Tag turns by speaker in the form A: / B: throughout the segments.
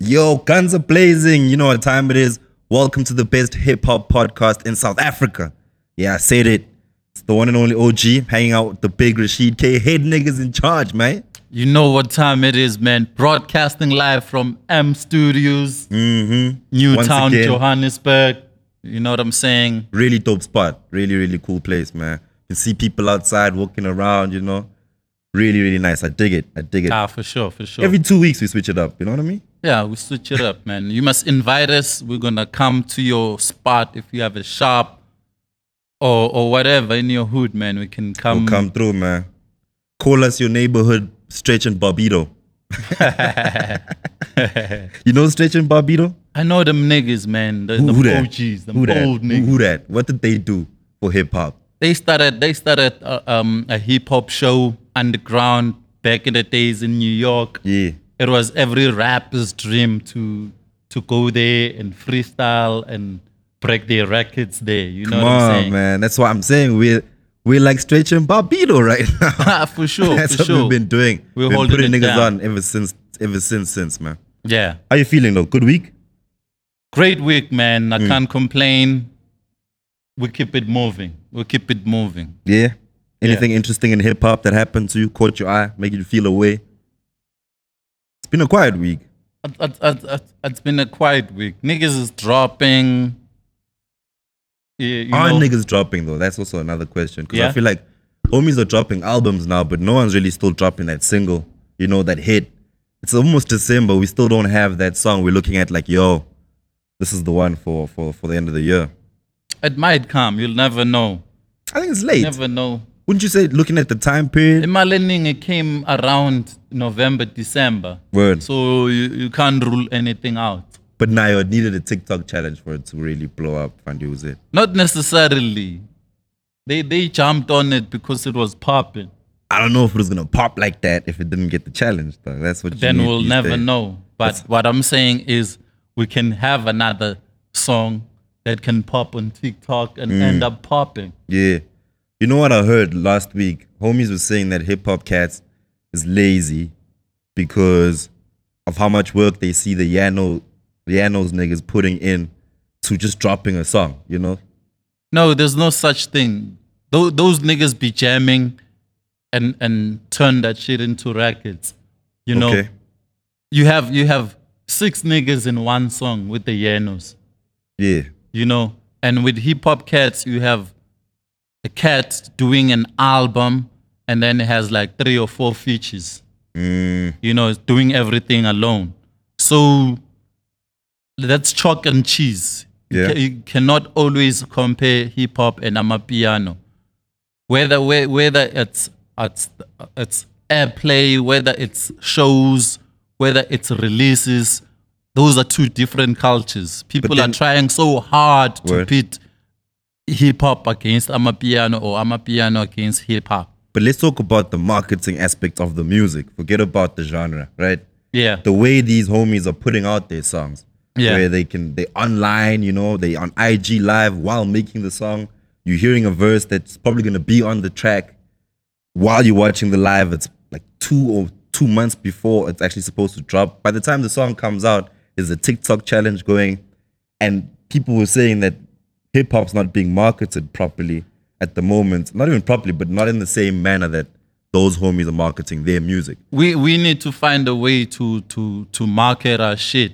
A: Yo, guns are blazing. You know what time it is. Welcome to the best hip hop podcast in South Africa. Yeah, I said it. It's the one and only OG hanging out with the big Rashid K. Head niggas in charge, man.
B: You know what time it is, man. Broadcasting live from M Studios,
A: Mm-hmm.
B: Newtown, Johannesburg. You know what I'm saying?
A: Really dope spot. Really, really cool place, man. You can see people outside walking around, you know. Really, really nice. I dig it. I dig it.
B: Ah, for sure, for sure.
A: Every two weeks we switch it up. You know what I mean?
B: yeah, we switch it up, man. You must invite us. We're gonna come to your spot if you have a shop or or whatever in your hood, man. We can come.
A: We'll come through, man. Call us your neighborhood Stretch and Barbido. you know Stretch and Barbido?
B: I know them niggas, man. The,
A: Who,
B: them
A: who that?
B: OGs, them
A: who that?
B: old
A: Who,
B: niggas.
A: who that? What did they do for hip hop?
B: They started. They started uh, um, a hip hop show underground back in the days in New York.
A: Yeah.
B: it was every rapper's dream to to go there and freestyle and break their records there. You know
A: Come
B: what I'm
A: on,
B: saying?
A: man. That's what I'm saying. We're we're like Stretch and Barbido right now.
B: Ah, for sure,
A: That's
B: for
A: what
B: sure.
A: we've been doing.
B: We're
A: been
B: holding
A: putting
B: it
A: niggas
B: down.
A: on ever since ever since since, man.
B: yeah,
A: How you feeling though? Good week?
B: great week, man. I
A: Mm.
B: can't complain. We keep it moving. We keep it moving.
A: Yeah. Anything interesting in hip hop that happened to you, caught your eye, make you feel away? It's been a quiet week.
B: It- it- it- it- It's been a quiet week. Niggas is dropping. Yeah, you
A: Are
B: know,
A: niggas dropping though? That's also another question. Because I
B: Yeah.
A: feel like homies are dropping albums now, but no one's really still dropping that single, you know, that hit. It's almost December. We still don't have that song. We're looking at like, yo, this is the one for for, for the end of the year.
B: it might come. You'll never know.
A: I think it's late.
B: Never know.
A: Wouldn't you say looking at the time period?
B: Imalining it came around November, December.
A: Word.
B: So you, you can't rule anything out.
A: But now it needed a TikTok challenge for it to really blow up and use it.
B: Not necessarily. They they jumped on it because it was popping.
A: I don't know if it was gonna pop like that if it didn't get the challenge though. That's what you
B: Then
A: need
B: we'll
A: these
B: never
A: days.
B: know. But what I'm saying is we can have another song that can pop on TikTok and
A: Mm.
B: end up popping.
A: Yeah. You know what I heard last week? Homies were saying that hip hop cats is lazy because of how much work they see the Yano Yano's niggas putting in to just dropping a song, you know?
B: No, there's no such thing. Those, those niggas be jamming and and turn that shit into records. You know,
A: Okay.
B: you have you have six niggas in one song with the Yenos.
A: Yeah.
B: you know. And with hip hop cats, you have a cat doing an album, and then it has like three or four features. You know, it's doing everything alone. So that's chalk and cheese. You,
A: Yeah.
B: ca- you cannot always compare hip hop and amapiano. Whether whe- whether it's it's it's airplay, whether it's shows, whether it's releases, those are two different cultures. People
A: then-
B: are trying so hard to
A: Word.
B: pit hip hop against amapiano or amapiano against hip hop.
A: But let's talk about the marketing aspect of the music. Forget about the genre, right?
B: Yeah,
A: the way these homies are putting out their songs.
B: Yeah.
A: Where they can they online, you know, they on IG live while making the song. You're hearing a verse that's probably gonna be on the track while you're watching the live. It's like two or two months before it's actually supposed to drop. By the time the song comes out, is a TikTok challenge going, and people were saying that hip hop's not being marketed properly at the moment. Not even properly, but not in the same manner that those homies are marketing their music.
B: we we need to find a way to to to market our shit.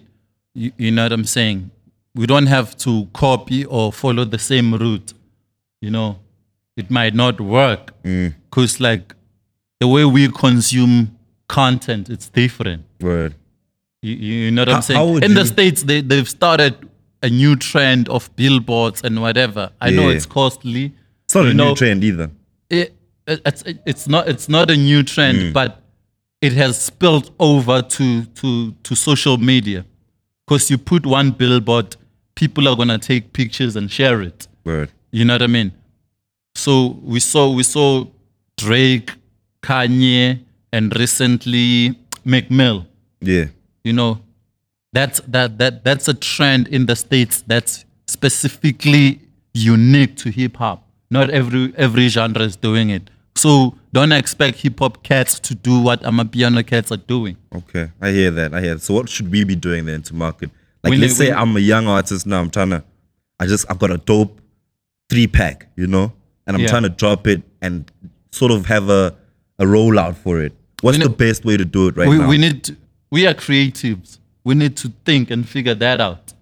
B: You, you know what I'm saying? We don't have to copy or follow the same route. You know, it might not work
A: Mm.
B: because like the way we consume content, it's different.
A: Word.
B: You, you know what
A: How-
B: I'm saying?
A: how would
B: In
A: you-
B: the States, they, they've started a new trend of billboards and whatever. I know
A: Yeah.
B: it's costly.
A: It's not
B: You
A: a new
B: know,
A: trend either.
B: It, it- it's, it's, not, it's not a new trend, but it has spilled over to, to, to social media. Because you put one billboard, people are going to take pictures and share it.
A: Word.
B: You know what I mean? So we saw we saw Drake, Kanye, and recently McMill.
A: Yeah.
B: you know that's that that that's a trend in the states that's specifically unique to hip hop not every every genre is doing it so Don't expect hip hop cats to do what Amapiano cats are doing.
A: Okay, I hear that. I hear that. So what should we be doing then to market? Like,
B: We
A: let's
B: need-
A: say
B: we-
A: I'm a young artist now. I'm trying to, I just I've got a dope three pack, you know, and I'm
B: Yeah.
A: trying to drop it and sort of have a a rollout for it. What's
B: We
A: the
B: need-
A: best way to do it right
B: we,
A: now?
B: we need to, we are creatives. We need to think and figure that out.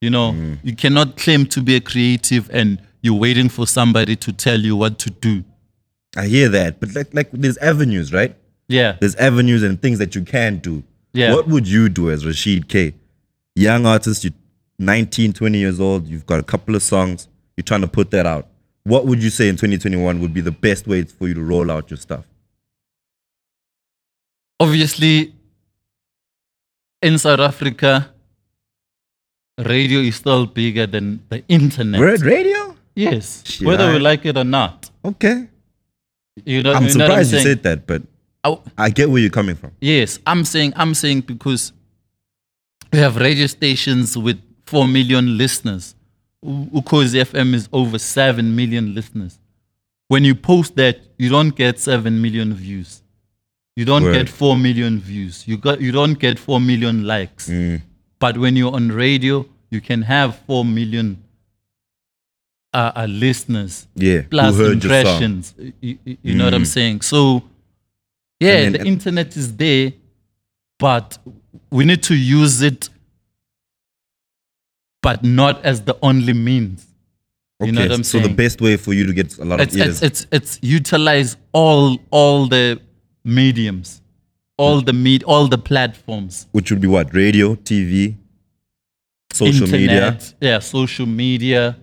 B: You know,
A: Mm.
B: you cannot claim to be a creative and you're waiting for somebody to tell you what to do.
A: I hear that, but like like there's avenues, right?
B: Yeah.
A: There's avenues and things that you can do.
B: Yeah.
A: What would you do as Rashid K? Young artist, you're 19, 20 years old, you've got a couple of songs, you're trying to put that out. What would you say in 2021 would be the best way for you to roll out your stuff?
B: Obviously, in South Africa, radio is still bigger than the internet.
A: Word radio?
B: Yes.
A: Shit,
B: Whether we
A: I-
B: like it or not.
A: Okay.
B: You know,
A: I'm
B: you know what
A: surprised you
B: saying?
A: said that, but
B: I-
A: I get where you're coming from.
B: Yes, I'm saying I'm saying because we have radio stations with four million listeners. U- Ukhozi FM is over seven million listeners. When you post that, you don't get seven million views. You don't
A: Word.
B: get four million views. You got you don't get four million likes. But when you're on radio, you can have four million uh, uh, listeners
A: Yeah. who
B: plus
A: heard your song. Mm.
B: impressions. You, you- you know what I'm saying? So, yeah,
A: And then-
B: the internet is there, but we need to use it, but not as the only means. You know what I'm
A: so the
B: saying?
A: best way for you to get a lot of
B: It's,
A: ears.
B: it's it's it's utilize all all the mediums, all the meet all the platforms,
A: which would be what? Radio, TV, social media.
B: internet, yeah, social media,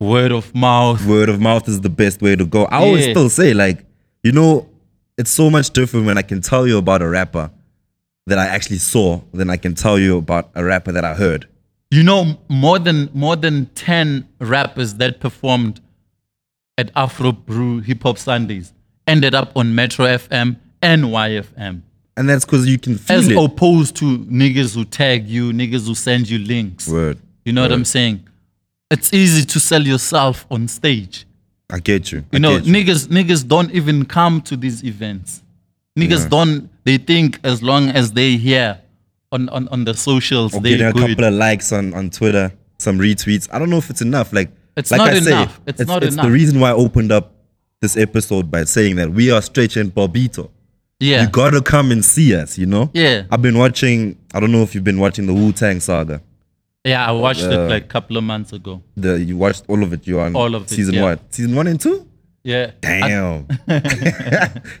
B: word of mouth.
A: Word of mouth is the best way to go. I always
B: Yeah.
A: still say, like, you know, it's so much different when I can tell you about a rapper that I actually saw than I can tell you about a rapper that I heard.
B: You know, more than more than ten rappers that performed at Afro Brew Hip Hop Sundays ended up on Metro FM and YFM,
A: And that's because you can feel
B: as
A: it.
B: opposed to niggas who tag you, niggas who send you links.
A: Word.
B: You know what I'm saying? It's easy to sell yourself on stage.
A: I get you. I
B: You know,
A: get you.
B: niggas niggas don't even come to these events. Niggas don't. They think as long as they here on on, on the socials,
A: or
B: they
A: getting a
B: good.
A: couple of likes on, on Twitter, some retweets. I don't know if it's enough. Like,
B: It's
A: like
B: not
A: I
B: enough.
A: Say,
B: It's not
A: the
B: enough.
A: reason why I opened up this episode by saying that we are Stretch and Bobito.
B: yeah.
A: You gotta come and see us, you know?
B: Yeah.
A: I've been watching, I don't know if you've been watching the Wu Tang saga.
B: Yeah, I watched
A: uh,
B: it like a couple of months ago.
A: The You watched all of it, you on
B: All of it,
A: season
B: yeah.
A: one. Season one and two?
B: Yeah.
A: Damn.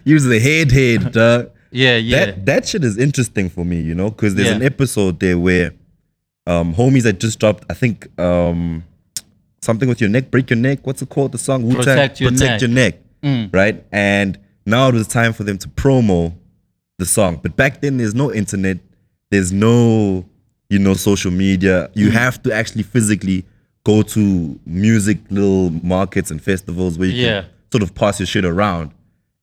A: Use the head head, duh.
B: Yeah, yeah.
A: That that shit is interesting for me, you know, because there's
B: Yeah.
A: an episode there where um homies that just dropped, I think um something with your neck, break your neck. What's it called? The song Wu-Tang?
B: Protect Your
A: protect
B: Neck. Mm.
A: your neck, right? And now it was time for them to promo the song, but back then there's no internet, there's no you know social media. You have to actually physically go to music little markets and festivals where you
B: Yeah.
A: can sort of pass your shit around.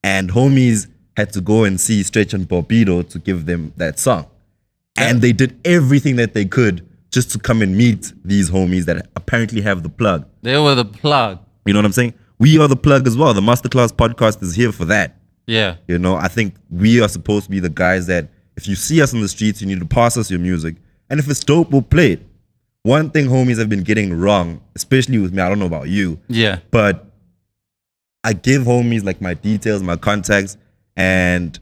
A: And homies had to go and see Stretch and Bobido to give them that song. And they did everything that they could just to come and meet these homies that apparently have the plug.
B: they were the plug.
A: You know what I'm saying? We are the plug as well. The Masterclass podcast is here for that.
B: Yeah.
A: You know, I think we are supposed to be the guys that if you see us on the streets, you need to pass us your music. And if it's dope, we'll play it. One thing homies have been getting wrong, especially with me, I don't know about you,
B: Yeah.
A: but I give homies like my details, my contacts, and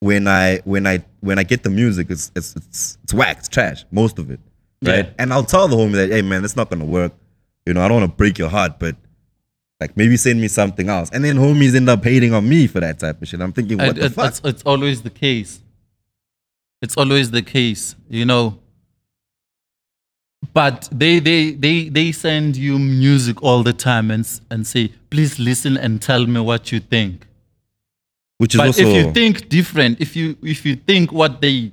A: when I when I when I get the music, it's it's it's, it's whack, it's trash, most of it, right?
B: Yeah.
A: And I'll tell the homie that, hey man, it's not gonna work. You know, I don't want to break your heart, but like maybe send me something else. And then homies end up hating on me for that type of shit. I'm thinking, what
B: And
A: the
B: it-
A: fuck?
B: It's, it's always the case. It's always the case, you know. But they they they they send you music all the time and s- and say, please listen and tell me what you think.
A: Which is
B: but
A: also
B: if you think different, if you if you think what they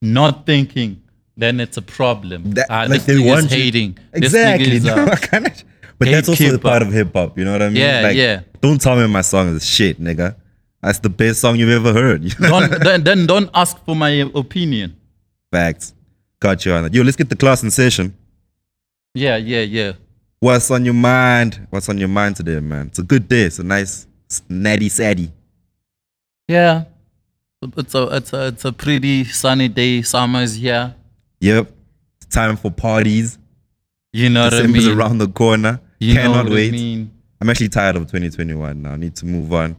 B: not thinking, then it's a problem.
A: that,
B: Ah,
A: like
B: this
A: they
B: nigga is
A: want you-
B: hating. This nigga
A: exactly.
B: is, uh,
A: but that's also a
B: gatekeeper.
A: part of hip hop. You know what I mean?
B: Yeah,
A: like,
B: yeah.
A: Don't tell me my song is shit, nigga. That's the best song you've ever heard. You know?
B: don't, then, then don't ask for my opinion.
A: Facts. Got you on that. Yo, let's get the class in session.
B: Yeah, yeah, yeah.
A: What's on your mind? What's on your mind today, man? It's a good day. It's a nice s- natty saddy.
B: Yeah. It's a, it's a, it's a pretty sunny day. Summer's here.
A: Yep. It's time for parties.
B: You know what I
A: December's
B: mean?
A: around the corner.
B: You know
A: Cannot
B: what
A: wait.
B: I mean?
A: I'm actually tired of 2021 now. I need to move on.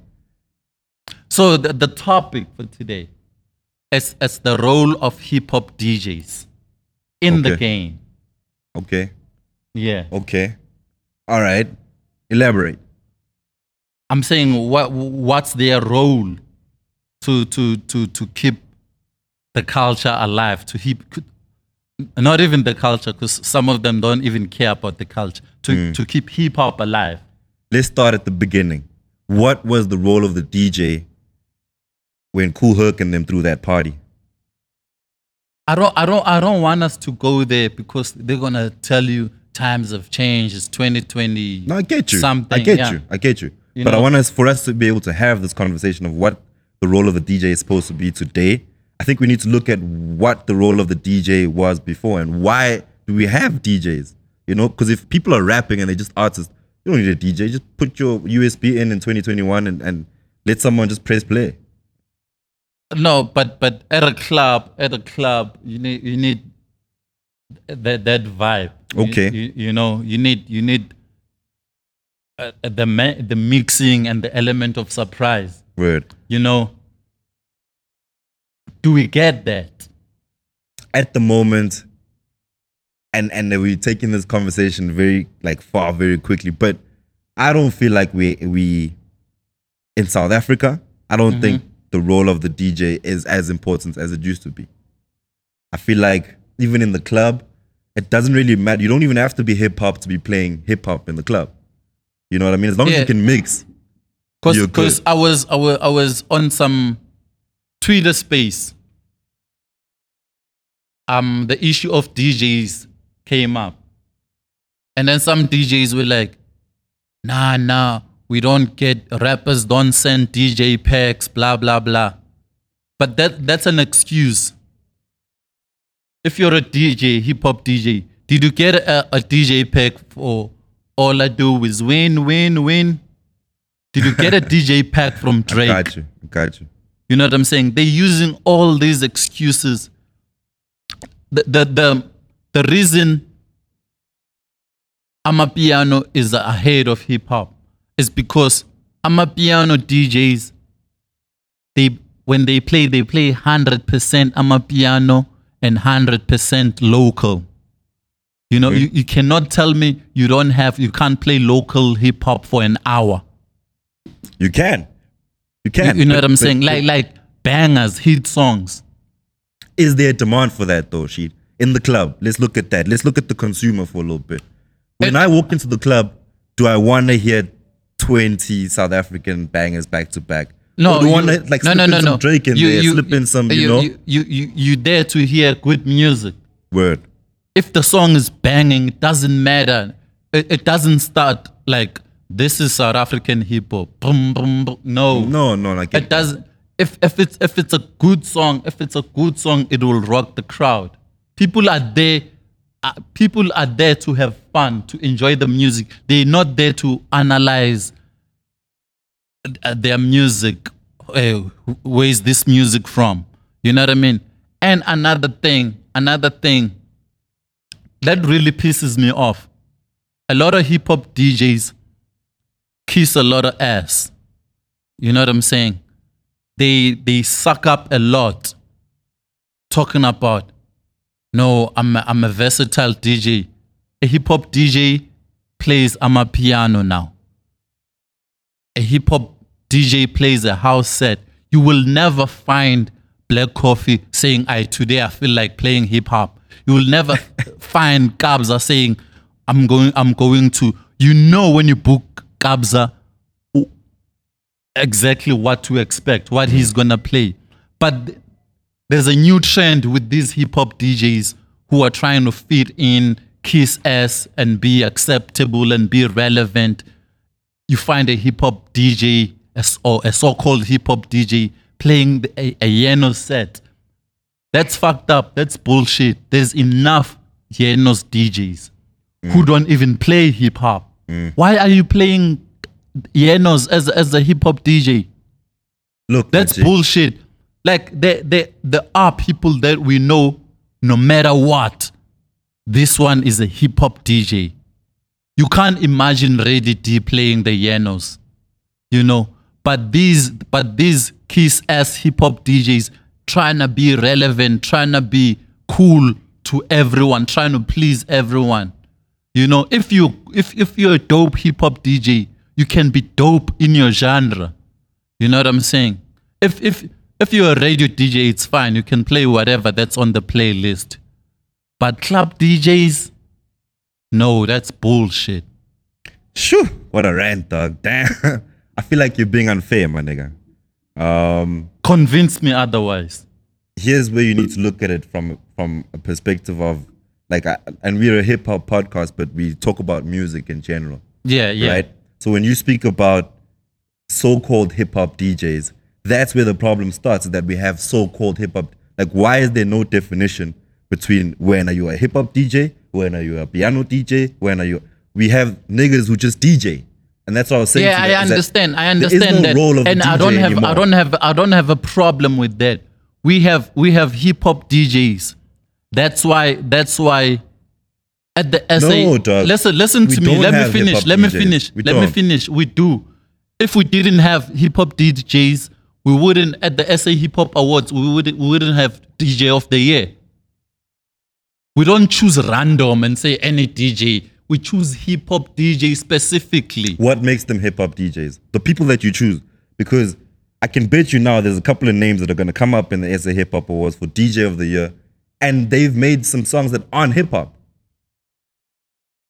B: So the, the topic for today is, is the role of hip hop DJs in the
A: Okay.
B: game.
A: Okay.
B: Yeah.
A: Okay. All right. Elaborate.
B: I'm saying what what's their role to to to to keep the culture alive to keep not even the culture because some of them don't even care about the culture to to keep hip hop alive.
A: Let's start at the beginning. What was the role of the DJ when Cool Herc and them threw that party?
B: I don't I don't I don't want us to go there because they're gonna tell you times have changed. It's 2020.
A: No, I get you.
B: Something.
A: I get
B: yeah.
A: you. I get you.
B: You
A: but I
B: know-
A: want us for us to be able to have this conversation of what the role of the DJ is supposed to be today. I think we need to look at what the role of the DJ was before and why do we have DJs? You know, because if people are rapping and they're just artists, you don't need a DJ. Just put your USB in in 2021 and, and let someone just press play.
B: No, but but at a club, at a club, you need you need that that vibe. You-
A: Okay.
B: You, you know, you need you need uh, uh, the ma- the mixing and the element of surprise.
A: Word.
B: You know. Do we get that?
A: at the moment and and we're taking this conversation very like far very quickly but i don't feel like we we in south africa i
B: Mm-hmm.
A: don't think the role of the dj is as important as it used to be i feel like even in the club it doesn't really matter you don't even have to be hip-hop to be playing hip-hop in the club you know what i mean as long as you
B: Yeah.
A: can mix You're good.
B: Because I was I was I was on some Twitter space. Um, the issue of DJs came up, and then some DJs were like, "Nah, nah, we don't get rappers don't send DJ packs, blah blah blah." But that that's an excuse. If you're a DJ, hip hop DJ, did you get a, a DJ pack for all I do is win, win, win? Did you get a DJ pack from Drake?
A: got you got you
B: You know what I'm saying? They're using all these excuses. The the the, the reason Amapiano is ahead of hip hop is because Amapiano DJs they when they play they play 100% Amapiano and 100% local. You know, you, you cannot tell me you don't have you can't play local hip hop for an hour.
A: you can you
B: You,
A: can
B: you know
A: but-
B: what I'm
A: but-
B: saying? Like like bangers, hit songs.
A: is there demand for that though, Sheet? In the club, let's look at that. Let's look at the consumer for a little bit. When
B: It-
A: I walk into the club, do I want to hear 20 South African bangers back to back?
B: No,
A: Or do
B: you-
A: I want to like slip in some Drake in there, slip in some, you, know,
B: you, you, you, you dare to hear good music.
A: word.
B: If the song is banging, it doesn't matter. It, it doesn't start like this is South African hip hop. Brum, brum, brum. No,
A: No, no, like
B: it doesn't. If if it's if it's a good song, if it's a good song, it will rock the crowd. People are there. Uh, people are there to have fun, to enjoy the music. They're not there to analyze uh, their music. Uh, where is this music from? You know what I mean? And another thing, another thing that really pisses me off. A lot of hip hop DJs kiss a lot of ass. You know what I'm saying? They they suck up a lot talking about no, I'm a, I'm a versatile DJ. A hip hop DJ plays I'm a piano now. A hip hop DJ plays a house set. You will never find Black Coffee saying, I today I feel like playing hip hop. You will never find Kabza saying, I'm going, I'm going to. You know when you book Kabza, exactly what to expect, what he's gonna play. But th- there's a new trend with these hip hop DJs who are trying to fit in, kiss ass, and be acceptable and be relevant. You find a hip hop DJ a s- or a so-called hip hop DJ playing the- a, a Yeno set. That's fucked up. That's bullshit. There's enough Yenos DJs who don't even play hip hop. Why are you playing Yenos as as a hip hop DJ.
A: Look,
B: That's
A: Najee,
B: bullshit. Like there there there are people that we know no matter what. This one is a hip hop DJ. You can't imagine Ready D playing the Yenos. You know? But these but these kiss ass hip hop DJs trying to be relevant, trying to be cool to everyone, trying to please everyone. You know, if you if if you're a dope hip hop DJ, you can be dope in your genre. You know what I'm saying? If if if you're a radio DJ, it's fine. You can play whatever that's on the playlist. But club DJs, no, that's bullshit.
A: Shoo, what a rant, dog. Damn. I feel like you're being unfair, my nigga. Um,
B: Convince me otherwise.
A: here's where you need to look at it from from a perspective of like, I, and we're a hip hop podcast, but we talk about music in general.
B: Yeah, yeah.
A: right? So when you speak about so-called hip hop DJs, that's where the problem starts. Is that we have so-called hip hop. Like, why is there no definition between when are you a hip hop DJ, when are you a piano DJ, when are you? We have niggas who just DJ, and that's what I was saying.
B: Yeah,
A: to you,
B: I
A: is that
B: understand. I
A: there is
B: understand
A: no
B: that.
A: role of a
B: and I
A: DJ
B: don't have I
A: anymore.
B: don't have I don't have a problem with that. We have we have hip hop DJs. That's why that's why at the SA
A: No, dog.
B: listen listen
A: We
B: to me.
A: don't
B: Let
A: have
B: me finish.
A: hip-hop
B: Let me
A: DJs.
B: finish.
A: We
B: Let me
A: don't.
B: finish. We do. If we didn't have hip hop DJs, we wouldn't at the SA Hip Hop Awards, we wouldn't we wouldn't have DJ of the year. We don't choose random and say any DJ. We choose hip hop DJ specifically.
A: What makes them hip hop DJs? The people that you choose, because I can bet you now there's a couple of names that are going to come up in the SA Hip Hop Awards for DJ of the Year, and they've made some songs that aren't hip hop.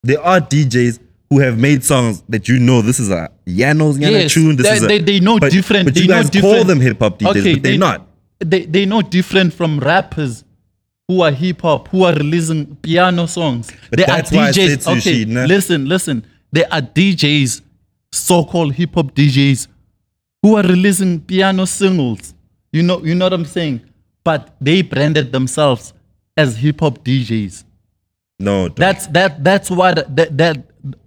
A: There are DJs who have made songs that you know this is a Yano's Yana
B: Yes,
A: tune. This
B: they-
A: is a,
B: they- they know different-
A: But you
B: they know
A: guys call
B: different-
A: them hip hop DJs, but they're not.
B: They they know different from rappers who are hip hop who are releasing piano songs.
A: But
B: there
A: that's
B: are DJs.
A: why I said to you,
B: okay,
A: Sheena-
B: listen, listen. There are DJs, so-called hip hop DJs, who are releasing piano singles. You know, you know what I'm saying. But they branded themselves as hip hop DJs.
A: No, dog.
B: That's that. That's what that that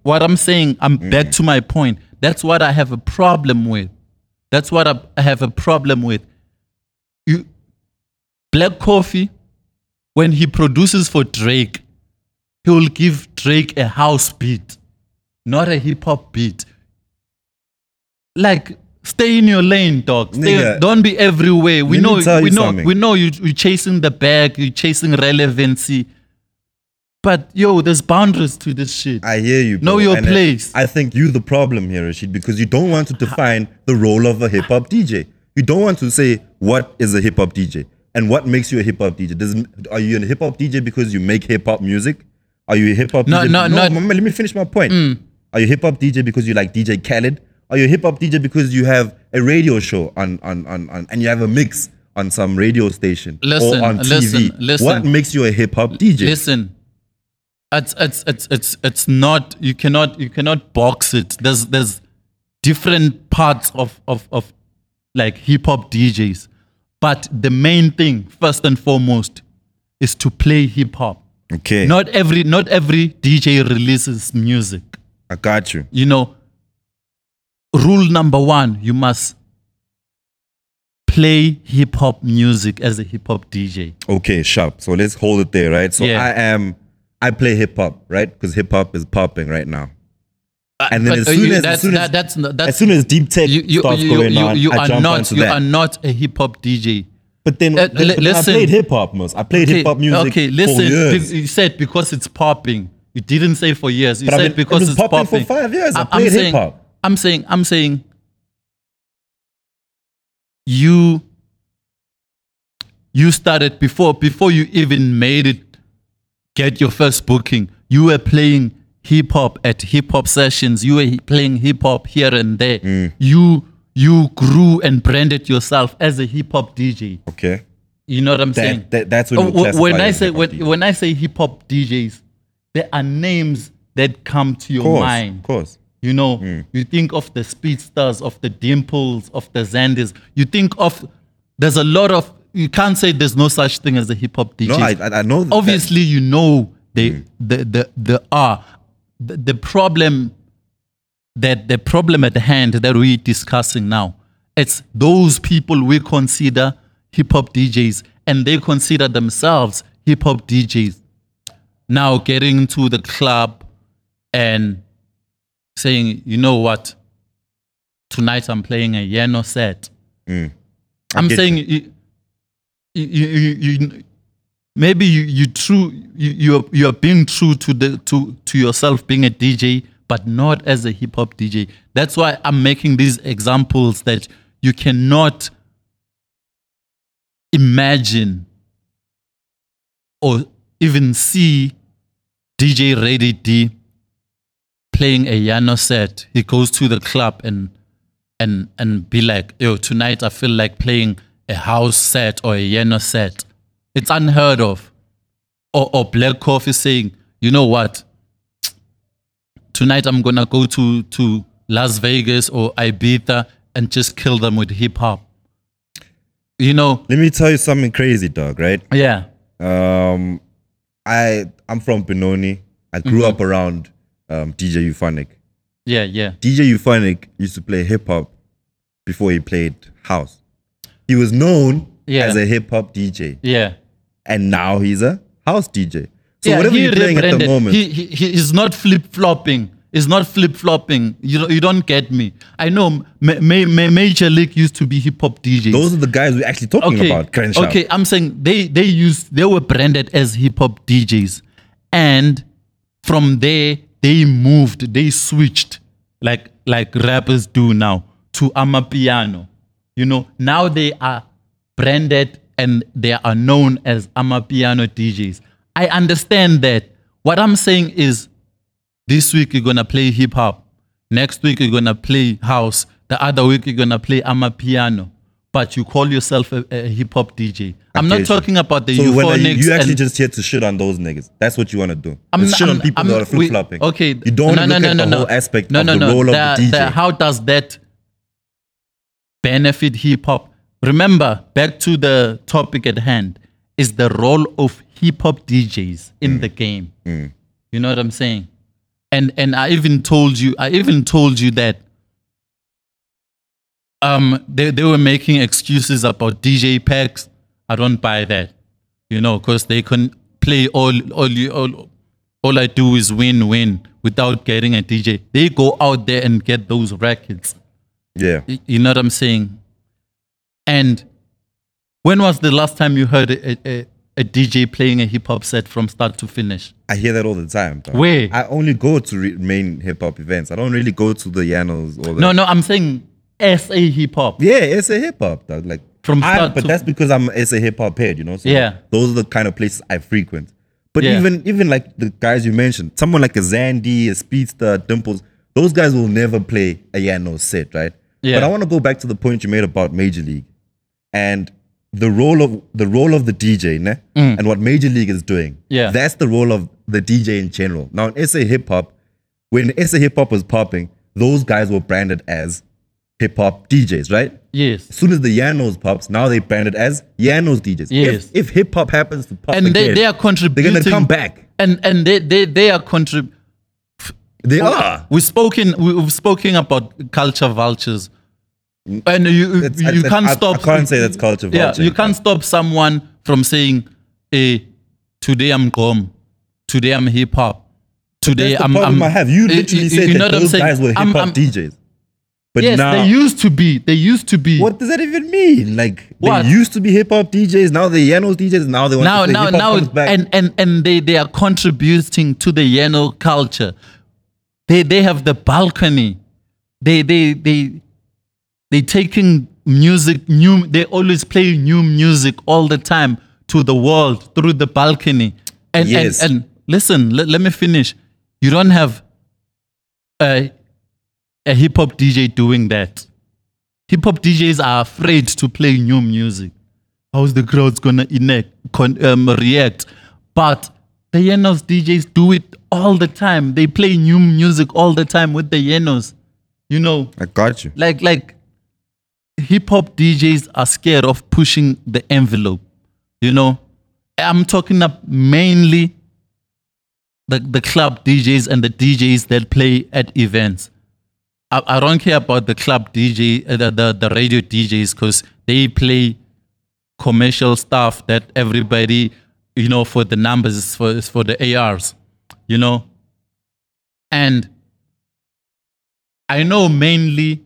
B: what I'm saying. I'm
A: Mm.
B: back to my point. That's what I have a problem with. That's what I, I have a problem with. You, Black Coffee, when he produces for Drake, he will give Drake a house beat, not a hip hop beat. Like. Stay in your lane, dog. Stay,
A: Nigga,
B: don't be everywhere.
A: let
B: We
A: me
B: know,
A: tell
B: we
A: you
B: know,
A: something.
B: we know. You you chasing the bag. You chasing relevancy. But yo, there's boundaries to this shit.
A: I hear you.
B: Know
A: bro,
B: your
A: and I-
B: place.
A: I think you the problem here, Rashid, because you don't want to define the role of a hip hop DJ. You don't want to say what is a hip hop DJ and what makes you a hip hop DJ. Does are you a hip hop DJ because you make hip hop music? Are you a hip hop?
B: No,
A: DJ?
B: no, no. Mm.
A: mama, Let me finish my point. Are you a hip hop DJ because you like DJ Khaled? Are you a hip hop DJ because you have a radio show on on, on, on and you have a mix on some radio station
B: Listen,
A: or on TV?
B: listen, listen.
A: What makes you a hip hop DJ?
B: Listen, it's it's it's it's it's not. You cannot you cannot box it. There's there's different parts of of of like hip hop DJs, but the main thing first and foremost is to play hip hop.
A: Okay,
B: Not every not every DJ releases music.
A: I got you.
B: you know, rule number one, you must play hip hop music as a hip hop DJ.
A: Okay, sharp. So let's hold it there, right? So
B: Yeah.
A: I am, I play hip hop, right? Because hip hop is popping right now. And then
B: But
A: as
B: uh,
A: soon
B: you-
A: as- as
B: that's,
A: soon as-
B: that- that's not- that's-
A: as soon as deep tech
B: you, you,
A: starts
B: you,
A: going
B: you,
A: on,
B: you
A: I
B: are
A: jump
B: not
A: onto
B: you
A: that.
B: are not a hip hop DJ.
A: but then,
B: Uh,
A: but
B: li-
A: then
B: listen.
A: I played hip hop most. I played hip hop music
B: Okay, listen.
A: for years.
B: be- You said because it's popping. You didn't say for years. You
A: But I've
B: said
A: been- it
B: because
A: was
B: it's
A: popping
B: popping.
A: for five years. I
B: I'm-
A: played
B: I'm saying,
A: hip-hop.
B: I'm saying. I'm saying. You. You started before before you even made it. Get your first booking. You were playing hip hop at hip hop sessions. You were he- playing hip hop here and there.
A: Mm.
B: You you grew and branded yourself as a hip hop DJ.
A: okay,
B: You know what I'm saying?
A: that, that that's when, we
B: Oh, wh- when
A: classify
B: I
A: as
B: say
A: hip-hop
B: when,
A: DJs.
B: when I say hip hop DJs, there are names that come to your
A: of course, Hmm. of
B: mind.
A: course.
B: You know, you think of the speedsters, of the dimples, of the Zandis. You think of there's a lot of you can't say there's no such thing as a hip hop
A: No,
B: DJ.
A: I, I I know. that- Mm.
B: Obviously, you ah, know they the the the are the, the problem that the problem at hand that we're discussing now, it's those people we consider hip hop DJs and they consider themselves hip hop DJs. Now getting to the club and saying, you know what? Tonight I'm playing a Yano set.
A: Mm. I
B: I'm
A: get
B: saying you, you, you, you, maybe you, you true you you're you're being true to the to to yourself being a DJ, but not as a hip hop DJ. That's why I'm making these examples that you cannot imagine or even see DJ Ready D playing a piano set. He goes to the club and and and be like, yo, tonight I feel like playing a house set or a piano set. It's unheard of. Or or Black Coffee saying, you know what? Tonight I'm gonna go to to Las Vegas or Ibiza and just kill them with hip hop. You know,
A: Let me tell you something crazy, dog. Right?
B: yeah.
A: Um, I I'm from Benoni. I grew
B: Mm-hmm.
A: up around um, DJ Euphonic.
B: Yeah, yeah.
A: DJ Euphonic used to play hip hop before he played house. He was known
B: Yeah.
A: as a hip hop DJ,
B: Yeah.
A: and now he's a house DJ. So
B: Yeah,
A: whatever
B: he
A: you're playing at the
B: rebranded.
A: moment,
B: He, he, he is not flip flopping. He's not flip flopping. You, don't- you don't get me. I know ma- ma- ma- Major League used to be hip hop DJs.
A: those are the guys we're actually talking about. Crenshaw.
B: Okay, I'm saying they they used they were branded as hip hop DJs, and from there they moved, they switched, like like rappers do now to Amapiano. You know, now they are branded and they are known as Amapiano DJs. I understand that. What I'm saying is this week you're gonna play hip hop. Next week you're gonna play house. The other week you're gonna play ama piano. But you call yourself a, a hip hop DJ. I'm
A: Okay,
B: not
A: so-
B: talking about the
A: So when are you,
B: euphonics.
A: you actually
B: and-
A: just here to shit on those niggas. That's what you want to do.
B: I'm
A: It's
B: not-
A: shit on
B: I'm-
A: people
B: I'm-
A: that are
B: we-
A: flip flopping.
B: Okay.
A: You don't
B: no,
A: wanna
B: no,
A: look
B: no,
A: at
B: no,
A: the
B: no.
A: whole aspect
B: no,
A: of
B: no,
A: the
B: no.
A: role
B: The-
A: of the DJ.
B: the- how does that benefit hip hop? Remember, back to the topic at hand is the role of hip hop DJs
A: Mm.
B: in the game. You know what I'm saying? And and I even told you, I even told you that um they, they were making excuses about DJ packs. I don't buy that. You know, because they can play all all you all all I do is win win without getting a DJ. They go out there and get those records.
A: yeah.
B: Y- You know what I'm saying? And when was the last time you heard a, a- a, a DJ playing a hip hop set from start to finish?
A: I hear that all the time. dog.
B: Where?
A: I only go to re- main hip hop events. I don't really go to the Yanos or the.
B: No, no, I'm saying SA hip hop.
A: Yeah, it's a hip hop, dog. Like
B: From
A: I-
B: start
A: but
B: to-
A: that's because I'm it's a hip hop head, you know. So
B: Yeah.
A: those are the kind of places I frequent. But
B: Yeah.
A: even even like the guys you mentioned, someone like a Zandy, a Speedster, Dimples, those guys will never play a Yano set, right?
B: Yeah.
A: But I want to go back to the point you made about Major League and the role of the role of the DJ, ne? and what Major League is doing.
B: Mm. Yeah.
A: That's the role of the DJ in general. Now in SA hip hop, when SA hip hop was popping, those guys were branded as hip hop DJs, right?
B: Yes.
A: As soon as the Yanos pops, now they brand it as Yanos DJs.
B: Yes.
A: If, if hip hop happens to pop
B: And they,
A: again,
B: they are
A: they're
B: contributing.
A: gonna come back.
B: And, and they, they, they are contributing.
A: They are.
B: We've spoken, we- we've spoken about culture vultures. And you,
A: It's-
B: you
A: it's-
B: can't
A: I- I
B: stop.
A: can't say that's culture vulture.
B: Yeah, you can't stop someone from saying, hey, today I'm gom, today I'm hip hop, today
A: That's the
B: I'm.
A: problem
B: I'm- Eh,
A: i have. You literally said
B: know
A: that
B: what I'm
A: those
B: saying?
A: guys were hip
B: I'm-
A: hop
B: I'm-
A: DJs. But
B: Yes,
A: now,
B: they used to be. They used to be.
A: what does that even mean? Like,
B: What?
A: they used to be hip hop DJs, now they're Yanos DJs, now they want
B: now
A: to say
B: now
A: hip hop
B: now
A: comes back.
B: and and and they they are contributing to the Yano culture they they have the balcony they they they they taking music new they always play new music all the time to the world through the balcony and
A: Yes.
B: and, and listen let, let me finish you don't have a, a hip-hop dj doing that hip-hop djs are afraid to play new music how's the crowd's gonna enact, con, um, react. But the Yenos DJs do it all the time. They play new music all the time with the Yenos. You know,
A: I got you.
B: like like hip hop DJs are scared of pushing the envelope. You know, I'm talking up mainly the the club DJs and the DJs that play at events. I, I don't care about the club DJ, uh, the, the the radio DJs, because they play commercial stuff that everybody, you know, for the numbers, is for is for the ARs, you know. And I know mainly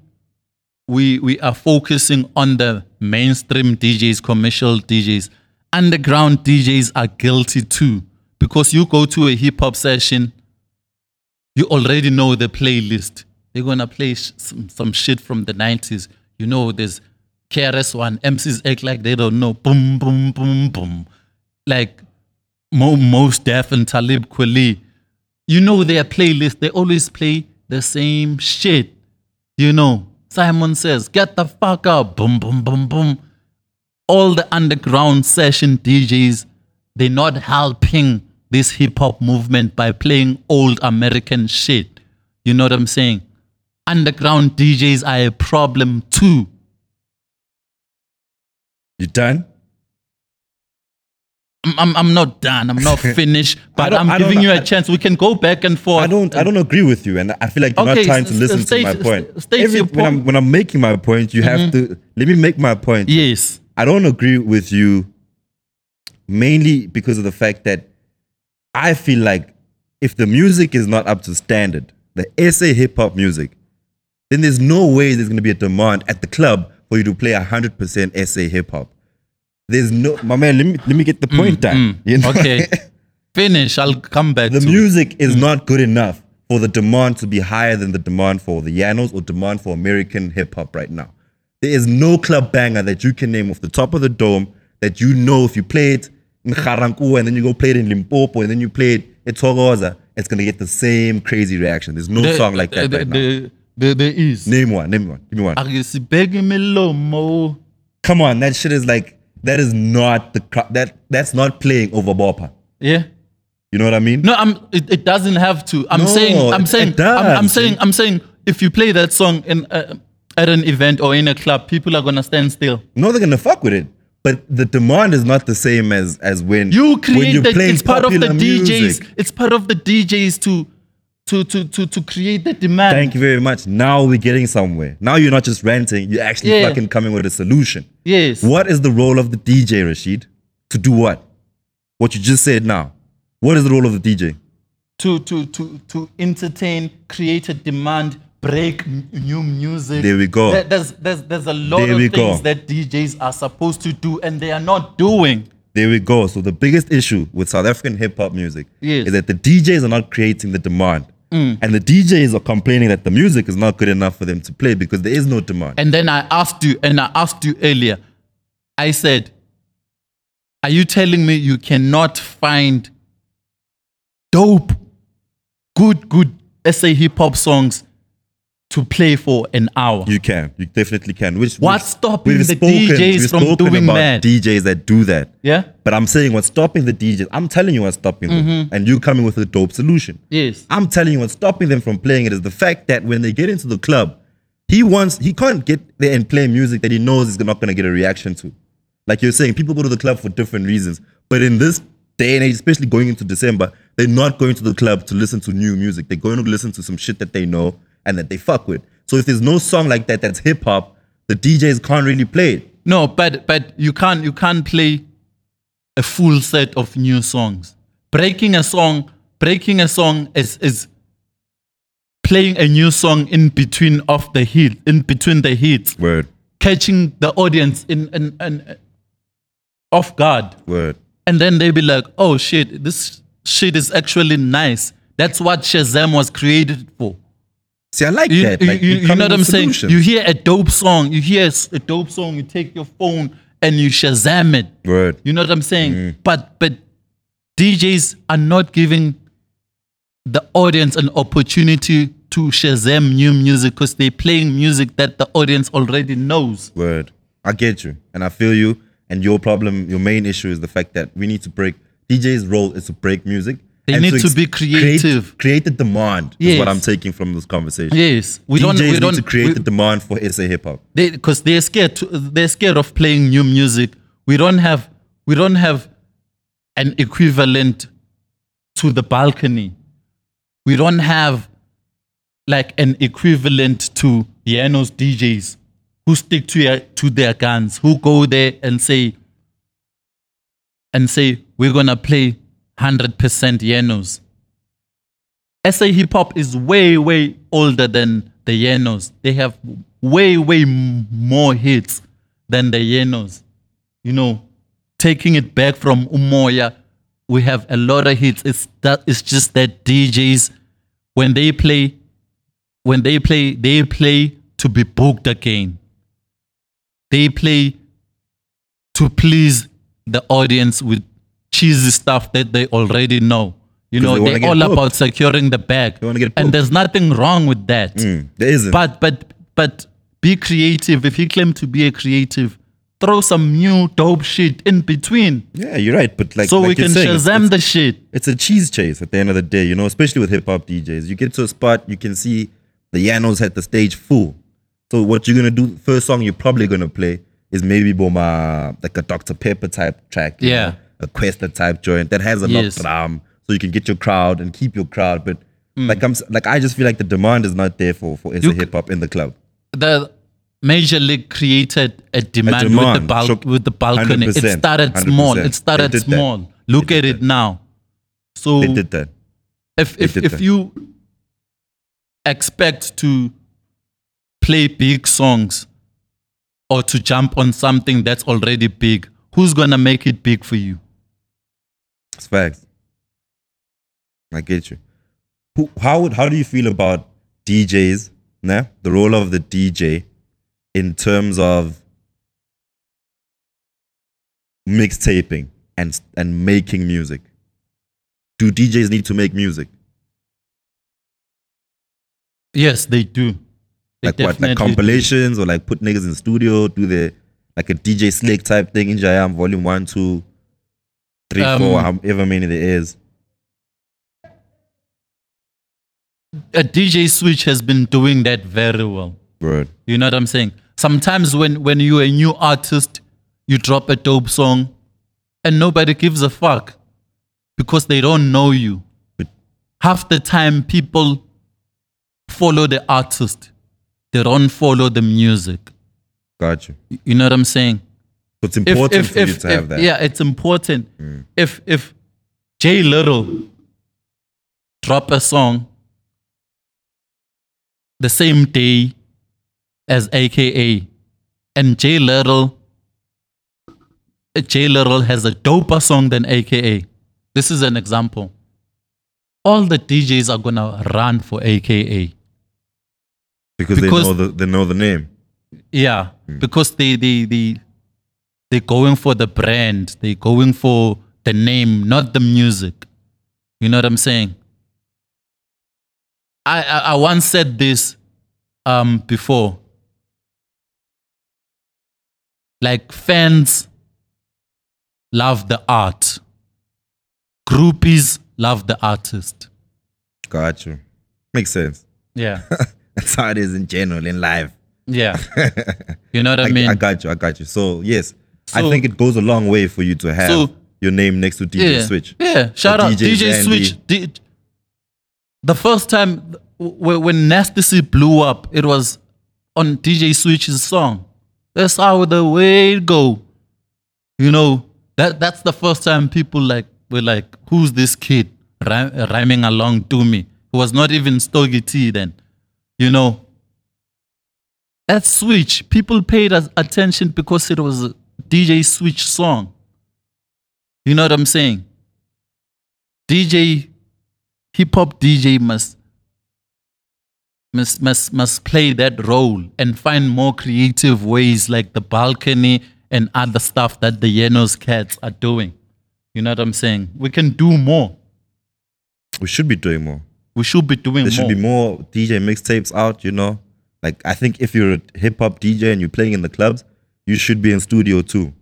B: we we are focusing on the mainstream DJs, commercial DJs. Underground DJs are guilty too because you go to a hip hop session, you already know the playlist. They're gonna play sh- some, some shit from the 90s. You know, there's KRS One. MCs act like they don't know. Boom, boom, boom, boom. Like Mo, Most Def and Talib Kweli. You know their playlist. They always play the same shit. You know, Simon says, "Get the fuck up!" Boom, boom, boom, boom. All the underground session DJs, they're not helping this hip hop movement by playing old American shit. You know what I'm saying? Underground DJs are a problem too.
A: You done?
B: I'm, I'm, I'm not done. I'm not finished. But
A: don't-
B: I'm
A: I don't-
B: giving you a
A: I-
B: chance. We can go back and forth.
A: I don't. I don't agree with you, and I feel like you're
B: Okay,
A: not trying to
B: s-
A: listen
B: s- state-
A: to my point.
B: s- state
A: When
B: your
A: I'm,
B: point. Mm-hmm.
A: when I'm making my point, you have to let me make my point.
B: Yes.
A: I don't agree with you mainly because of the fact that I feel like if the music is not up to standard, the SA hip hop music, then there's no way there's going to be a demand at the club for you to play 100% SA hip hop. There's no, my man, let me, let me get the point down. you know?
B: Okay. Finish. I'll come back
A: the
B: to
A: music
B: Mm.
A: is not good enough for the demand to be higher than the demand for the Yanos or demand for American hip hop right now. There is no club banger that you can name off the top of the dome that you know if you play it in Garankuwa and then you go play it in Limpopo and then you play it at Toroza, it's gonna get the same crazy reaction. There's no
B: The-
A: song like that
B: the- Ah.
A: right now.
B: the- the- There is.
A: Name one, name one, give me one.
B: Akusibheki milomo.
A: Come on, that shit is like that is not the cra- that that's not playing over Bopa.
B: Yeah.
A: You know what I mean?
B: No, I'm. It, it doesn't have to. I'm
A: No,
B: saying. I'm
A: it-
B: saying.
A: it
B: I'm, I'm
A: does.
B: saying. I'm saying. If you play that song in uh, at an event or in a club, people are gonna stand still.
A: No, they're gonna fuck with it. But the demand is not the same as as when
B: You
A: when you're
B: created.
A: playing
B: it's part of the
A: popular
B: DJs.
A: music.
B: It's part of the DJs to, to to to to create the demand.
A: Thank you very much. Now we're getting somewhere. Now you're not just ranting. You're actually
B: Yeah.
A: fucking coming with a solution.
B: Yes.
A: What is the role of the DJ, Rashid? To do what? What you just said now. What is the role of the DJ?
B: To to to to entertain, create a demand, break m- new music.
A: There we go.
B: There- there's there's there's a lot
A: There
B: of
A: we
B: things
A: go.
B: that DJs are supposed to do and they are not doing.
A: There we go. So the biggest issue with South African hip hop music
B: Yes. Mm.
A: is that the DJs are not creating the demand. And the DJs are complaining that the music is not good enough for them to play because there is no demand.
B: And then I asked you, and I asked you earlier, I said, Are you telling me you cannot find dope, good, good SA hip hop songs to play for an hour?
A: You can. You definitely can. Which
B: What's
A: which-
B: stopping the DJs from
A: spoken
B: doing
A: about
B: that?
A: DJs that do that.
B: yeah?
A: But I'm saying what's stopping the DJs. I'm telling you what's stopping them,
B: Mm-hmm.
A: and you coming with a dope solution.
B: Yes.
A: I'm telling you what's stopping them from playing it is the fact that when they get into the club, he wants he can't get there and play music that he knows is not going to get a reaction to. Like you're saying, people go to the club for different reasons, but in this day and age, especially going into December, they're not going to the club to listen to new music. They're going to listen to some shit that they know and that they fuck with. So if there's no song like that that's hip hop, the DJs can't really play it.
B: No, but but you can't you can't play a full set of new songs. Breaking a song, breaking a song is is playing a new song in between of the hit, in between the hits.
A: Word,
B: catching the audience in an an off guard
A: word.
B: and then they be like oh shit this shit is actually nice that's what shazam was created for
A: See, I like
B: you,
A: that.
B: you-
A: Like,
B: you-
A: you're
B: you
A: coming
B: know what
A: with
B: i'm saying
A: solutions.
B: you hear a dope song you hear s- a dope song you take your phone and you shazam it
A: Word.
B: you know what i'm saying
A: Mm.
B: but but djs are not giving the audience an opportunity to shazam new music because they're playing music that the audience already knows
A: Word. I get you, and I feel you. And your problem, your main issue is the fact that we need to break. DJ's role is to break music.
B: They
A: and
B: need to
A: ex-
B: be creative.
A: Create, create the demand is what
B: Yes.
A: I'm taking from this conversation.
B: Yes, we
A: DJs
B: don't. We
A: need
B: don't
A: to create the demand for SA hip hop.
B: because they, are scared. To, they're scared of playing new music. We don't have. We don't have an equivalent to the balcony. We don't have like an equivalent to Yano's DJs who stick to their, to their guns, who go there and say, and say, we're gonna play 100% Yenos. SA hip hop is way, way older than the Yenos. They have way, way m- more hits than the Yenos. You know, taking it back from Umoya, we have a lot of hits. It's that it's just that DJs when they play, when they play, they play to be booked again. They play to please the audience with cheesy stuff that they already know.
A: 'Cause they
B: You know,
A: wanna
B: they're
A: get
B: all
A: booked.
B: about securing the bag.
A: They wanna get booked.
B: and there's nothing wrong with that.
A: Mm, there isn't.
B: But but but be creative. If you claim to be a creative, throw some new dope shit in between.
A: yeah, you're right. But like,
B: so
A: like
B: we
A: you're
B: can
A: saying, it's-
B: Shazam the shit.
A: it's a cheese chase at the end of the day, you know, especially with hip hop DJs. You get to a spot, you can see the Yanos had the stage full. So what you're gonna do, first song you're probably gonna play is maybe Boma like a Dr. Pepper type track. you
B: Yeah.
A: know, a Questa type joint that has a
B: Yes.
A: lot drum. So you can get your crowd and keep your crowd. But like I'm s- like I just feel like the demand is not there for, for
B: Mm. You
A: SA
B: c-
A: hip hop in the club.
B: the major league created a demand, with the
A: demand,
B: bal-
A: so-
B: with the balcony. It
A: 100%,
B: started small.
A: 100%.
B: It started
A: They did that.
B: small. Look at it now. So
A: They did that.
B: if if,
A: did
B: if
A: that.
B: you expect to play big songs or to jump on something that's already big, who's gonna make it big for you?
A: It's facts. I get you. Who, how would how do you feel about DJs? Nah, the role of the DJ in terms of mixtaping and and making music. Do DJs need to make music?
B: Yes, they do. They
A: Like what?
B: definitely
A: Like
B: do.
A: compilations or like put niggas in studio, do the like a DJ slick type thing in Jayam volume one, two, three,
B: Um,
A: four, however many there is.
B: A DJ Switch has been doing that very well.
A: Word.
B: You know what I'm saying? Sometimes when when you're a new artist, you drop a dope song and nobody gives a fuck because they don't know you.
A: But-
B: Half the time people follow the artist. They don't follow the music.
A: Got you.
B: You- You know what I'm saying?
A: So it's important for you to have that.
B: Yeah, it's important. If if Jay Little drop a song the same day as AKA, and Jay Little Jay Little has a doper song than AKA. This is an example. All the DJs are gonna run for AKA.
A: because,
B: Because-
A: they know the they know the name.
B: Yeah, because they they they they're going for the brand. They're going for the name, not the music. You know what I'm saying? I I, I once said this um before. Like fans love the art. Groupies love the artist.
A: Gotcha. Makes sense.
B: Yeah.
A: That's how it is in general in life.
B: Yeah. you know what I,
A: I,
B: mean?
A: I got you. I got you. So yes, I
B: So-
A: think it goes a long way for you to have
B: So-
A: your name next to DJ
B: yeah.
A: Switch.
B: Yeah, shout
A: Or
B: out
A: DJ
B: DJ
A: Zandy.
B: Switch. D- the first time w- when Nasty C blew up, it was on DJ Switch's song. That's how the way it go. You know, that that's the first time people like were like, "Who's this kid Rhy- rhyming along to me?" He was not even Stogie T then. You know, at Switch, people paid us attention because it was a DJ Switch song. You know what I'm saying? DJ, hip hop DJ must, must must must play that role and find more creative ways like the balcony and other stuff that the Yenos cats are doing. You know what I'm saying? We can do more.
A: We should be doing more.
B: We should be doing
A: There
B: more.
A: should be more DJ mixtapes out. You know, like I think if you're a hip hop DJ and you're playing in the clubs, you should be in studio too.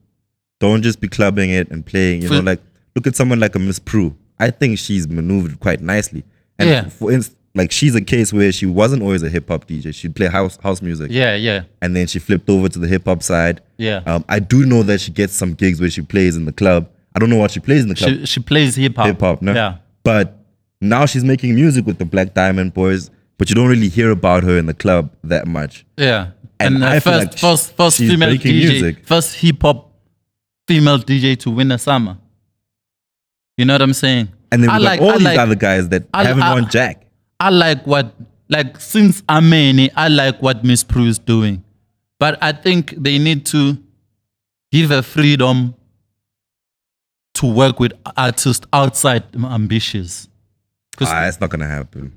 A: Don't just be clubbing it and playing. You
B: For-
A: know, like look at someone like a Miss Prue. I think she's maneuvered quite nicely. And
B: Yeah.
A: for instance, like she's a case where she wasn't always a hip hop DJ. She'd play house house music,
B: Yeah, yeah,
A: and then she flipped over to the hip hop side.
B: yeah.
A: Um, I do know that she gets some gigs where she plays in the club. I don't know what she plays in the club
B: she she plays hip hop.
A: hip hop, no?
B: Yeah.
A: But now she's making music with the Black Diamond Boys. but you don't really hear about her in the club that much.
B: Yeah.
A: And
B: And,
A: I
B: uh,
A: feel
B: first,
A: like sh-
B: first, first
A: she's
B: female
A: breaking
B: DJ,
A: music.
B: first hip hop female DJ to win a summer. You know what I'm saying?
A: And then
B: I
A: we got
B: like,
A: all
B: I
A: these
B: like,
A: other guys that
B: I-
A: haven't
B: I-
A: won Jack.
B: I like what, like since Ameni, I like what Miss Prue is doing, but I think they need to give her freedom to work with artists outside ambitions. Because
A: Ah, that's not gonna happen.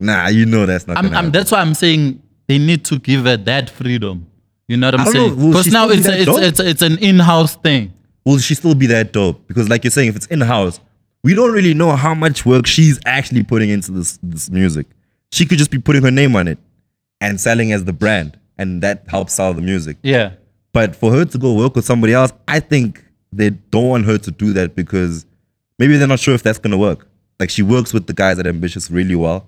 A: Nah, you know that's not
B: I'm,
A: gonna
B: I'm,
A: happen.
B: that's why I'm saying they need to give her that freedom. You know what
A: I
B: I'm
A: don't
B: saying?
A: know, will
B: Because
A: she
B: now
A: still be
B: it's,
A: that
B: a, it's,
A: dope?
B: it's, it's an in-house thing.
A: Will she still be that dope? Because like you're saying, if it's in house, we don't really know how much work she's actually putting into this this music. She could just be putting her name on it and selling as the brand, and that helps sell the music.
B: Yeah.
A: But for her to go work with somebody else, I think they don't want her to do that because maybe they're not sure if that's gonna work. Like she works with the guys at Ambitious really well,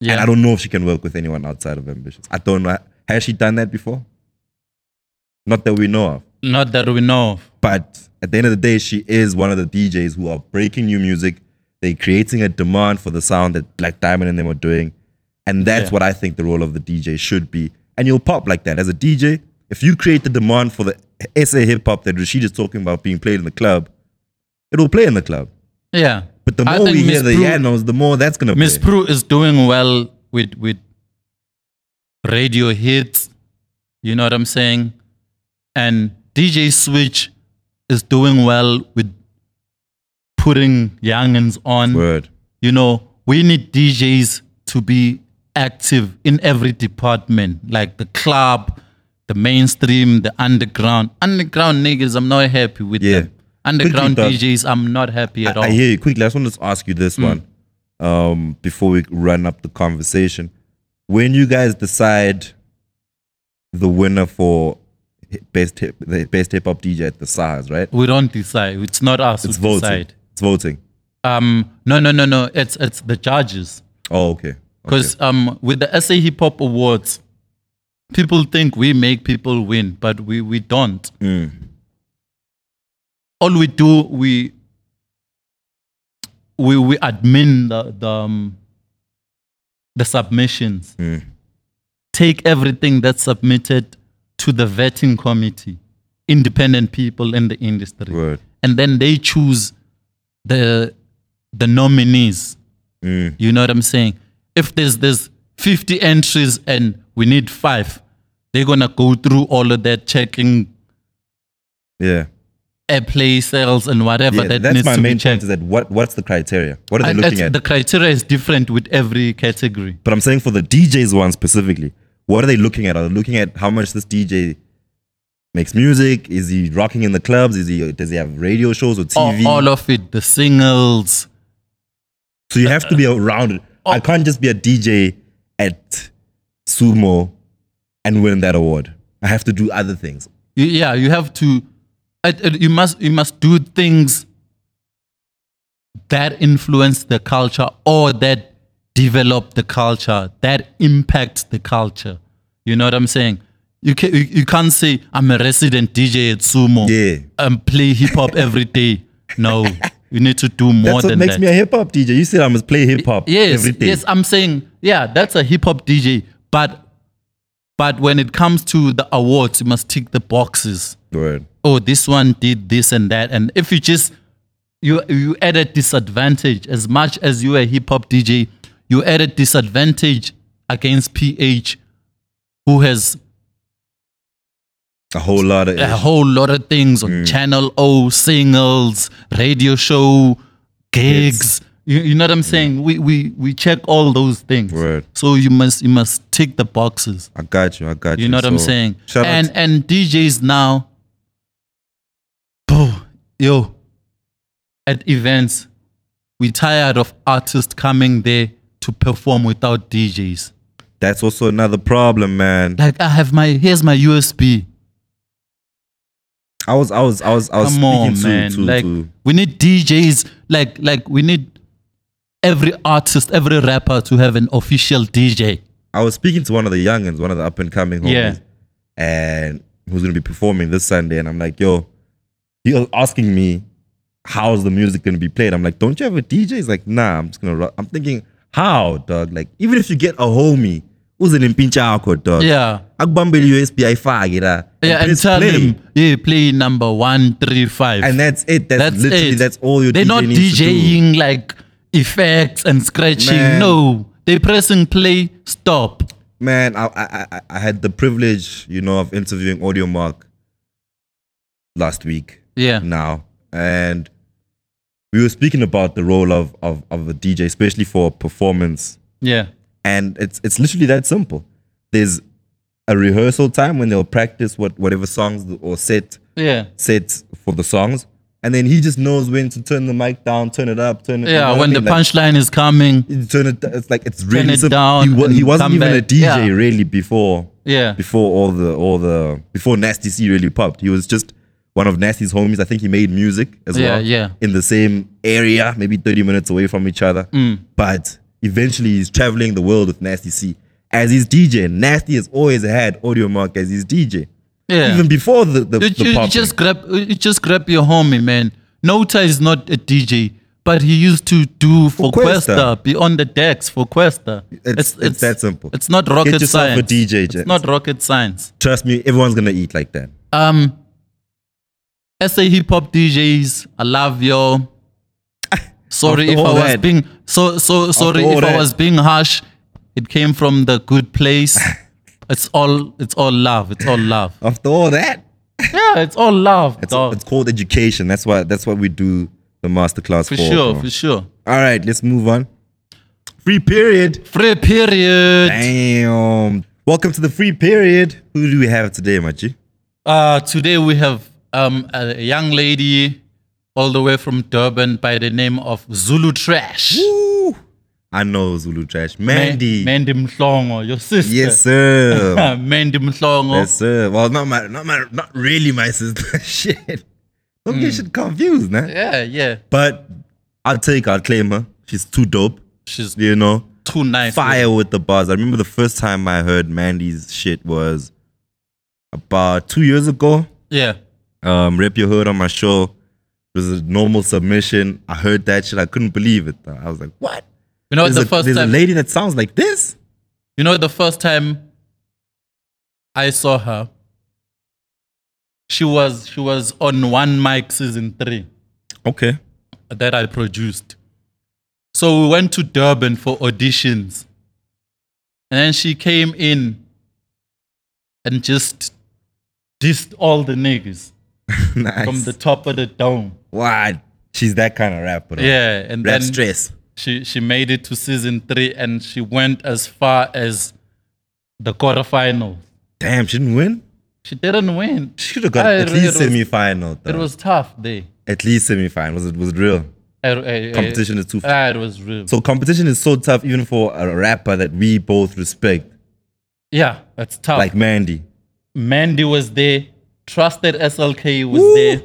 B: Yeah.
A: and I don't know if she can work with anyone outside of Ambitious. I don't know. Has she done that before? Not that we know of.
B: Not that we know of.
A: But at the end of the day, she is one of the DJs who are breaking new music. They're creating a demand for the sound that Black Diamond and them are doing. And that's
B: Yeah.
A: what I think the role of the DJ should be. And you'll pop like that. As a DJ, if you create the demand for the SA hip hop that Rashid is talking about being played in the club, it'll play in the club.
B: Yeah.
A: But the
B: I
A: more
B: think
A: we
B: Miss
A: hear the
B: Prue-
A: Yanos, the more that's going to
B: Miss
A: play.
B: Prue is doing well with with radio hits. You know what I'm saying? And DJ Switch is doing well with putting youngins on.
A: Word.
B: You know, we need DJs to be active in every department, like the club, the mainstream, the underground. Underground niggas, I'm not happy with
A: Yeah.
B: them. Underground
A: Quickly, Doc.
B: DJs, I'm not happy at all. Hmm.
A: I, I hear you. Quickly, I just want to ask you this one um, before we run up the conversation. When you guys decide the winner for hi- best hip, the best hip hop DJ at the SARS, right?
B: we don't decide. It's not us
A: It's
B: who
A: voting.
B: decide.
A: It's voting.
B: Um, no, no, no, no. It's it's the judges.
A: Oh, okay.
B: Because um, with the SA Hip Hop Awards, people think we make people win, but we, we don't. All we do, we we we admin the the, um, the submissions,
A: Hmm,
B: take everything that's submitted to the vetting committee, independent people in the industry,
A: Word.
B: and then they choose the the nominees.
A: Hmm,
B: You know what I'm saying? If there's there's 50 entries and we need five, they're gonna go through all of that, checking
A: yeah.
B: airplay sales and whatever
A: yeah
B: that
A: that's
B: needs
A: my
B: to be
A: main point
B: checked.
A: is that what, what's the criteria? What are they
B: And
A: looking
B: it's-
A: at?
B: The criteria is different with every category.
A: But I'm saying for the DJs one specifically, what are they looking at? Are they looking at how much this DJ makes music? Is he rocking in the clubs? Is he does he have radio shows or TV?
B: All, all of it, the singles.
A: so you have to
B: uh,
A: be around it. I
B: oh.
A: can't just be a DJ at Sumo and win that award. I have to do other things.
B: You- yeah, you have to. it- it- you must you must do things that influence the culture or that develop the culture that impact the culture. You know what I'm saying? You can you, you can't say I'm a resident DJ at Sumo.
A: Yeah.
B: and play hip hop every day. No, you need to do
A: That's
B: more
A: what
B: than
A: makes
B: that.
A: me a hip hop DJ. You said I must play hip hop
B: Yes,
A: every day.
B: yes, I'm saying, yeah, that's a hip hop DJ, but but when it comes to the awards, you must tick the boxes.
A: Word.
B: Oh, this one did this and that, and if you just you you add a disadvantage as much as you are a hip hop DJ, you add a disadvantage against PH, who has
A: A whole lot of
B: a whole lot of things on Channel O, singles, radio show, gigs. You, you know what I'm saying? We, we we check all those things.
A: Word.
B: So you must you must tick the boxes.
A: I got you. I got you.
B: You know what I'm
A: So,
B: saying?
A: Shout out
B: and
A: to-
B: and DJs now, bro, yo, at events, we tired of artists coming there to perform without DJs.
A: that's also another problem, man.
B: Like I have my here's my USB.
A: I was I was I was I was
B: Come
A: speaking
B: on,
A: to,
B: man.
A: to,
B: like
A: to
B: we need DJs. Like like we need every artist, every rapper to have an official DJ.
A: I was speaking to one of the youngins, one of the up and coming homies,
B: Yeah.
A: and who's gonna be performing this Sunday. And I'm like, yo, he was asking me, how's the music gonna be played? I'm like, don't you have a DJ? He's like, nah, I'm just gonna. Rock. I'm thinking, How, dog? Like, even if you get a homie who's an impinchako, dog.
B: Yeah.
A: Akubambele USB ayifake la.
B: Yeah, and
A: press
B: tell
A: play.
B: him, yeah, play number one, three, five.
A: And that's it. That's, literally that's all you're
B: They're not
A: needs to do.
B: DJing like effects and scratching.
A: Man.
B: No, they're pressing play, stop.
A: man, I, I I I had the privilege, you know, of interviewing Audio Mark last week.
B: Yeah.
A: Now and we were speaking about the role of of of a DJ, especially for performance,
B: Yeah.
A: and it's it's literally that simple. There's a rehearsal time when they'll practice what whatever songs or set
B: Yeah.
A: sets for the songs, and then he just knows when to turn the mic down, turn it up, turn it. you know
B: Yeah.
A: what I
B: When the
A: mean? Like,
B: punchline is coming.
A: you turn it. It's like it's really
B: it
A: simple.
B: down
A: he, wa-
B: and
A: he wasn't
B: come
A: even a
B: back.
A: DJ
B: Yeah.
A: really before
B: Yeah.
A: before all the all the before Nasty C really popped. He was just one of Nasty's homies. I think he made music as
B: Yeah,
A: well.
B: yeah.
A: In the same area, maybe 30 minutes away from each other.
B: Mm.
A: But eventually he's traveling the world with Nasty C as his DJ. Nasty has always had Audio Mark as his DJ.
B: Yeah.
A: Even before the, the,
B: You,
A: the
B: you- you
A: popping.
B: just grab you just grab your homie, man. Nota is not a DJ, but he used to do for,
A: Questa.
B: Questa. be on the decks for Questa.
A: it's that simple.
B: It's not rocket
A: Get yourself a
B: science.
A: DJ,
B: It's
A: James.
B: not rocket science.
A: Trust me, everyone's gonna eat like that.
B: Um, SA hip hop DJs, I love you. Sorry
A: After
B: if I
A: all
B: was
A: that.
B: being so so sorry
A: all
B: if I
A: that.
B: was being harsh. It came from the good place. it's all it's all love. It's all love.
A: After all that,
B: Yeah, it's all love.
A: it's,
B: dog.
A: it's called education. That's why that's what we do the masterclass
B: for
A: for.
B: sure,
A: bro.
B: for sure.
A: All right, let's move on. Free period.
B: Free period.
A: Damn. Welcome to the free period. Who do we have today, Machi?
B: Uh, today we have um, a a young lady all the way from Durban by the name of Zulu Trash.
A: Ooh. I know Zulu trash. Mandy.
B: Ma- Mandy Mhlongo, your sister.
A: yes, sir.
B: Uh, Mandy Mhlongo.
A: yes, sir. Well, not my, not my, not really my sister. Shit. Don't get shit confused, man.
B: Yeah, yeah.
A: But I'll take, I'll claim her. She's too dope.
B: She's
A: You know,
B: too nice.
A: fire with the bars. I remember the first time I heard Mandy's shit was about two years ago.
B: Yeah.
A: um, Rip Your Hood on my show. It was a normal submission. I heard that shit. I couldn't believe it. I was like, what?
B: You know
A: There's,
B: the
A: a,
B: first
A: there's a
B: time
A: lady that sounds like this?
B: you know the first time I saw her she was she was on one mic season 3.
A: Okay.
B: that I produced. So we went to Durban for auditions. And then she came in and just dissed all the niggas
A: nice.
B: from the top of the dome.
A: Wow. She's that kind of rapper. though.
B: Yeah. And
A: Rap
B: then
A: stress.
B: she, she made it to season three and she went as far as the quarterfinals.
A: Damn, she didn't win?
B: She didn't win.
A: She should have got
B: Ah,
A: at
B: it-
A: least
B: it was-
A: semi final.
B: It was tough there.
A: At least semi final. Was it was it real? Competition is too.
B: Ah, it was real.
A: so competition is so tough, even for a rapper that we both respect,
B: yeah, that's tough.
A: like Mandy.
B: Mandy was there. Trusted SLK was
A: Woo.
B: there.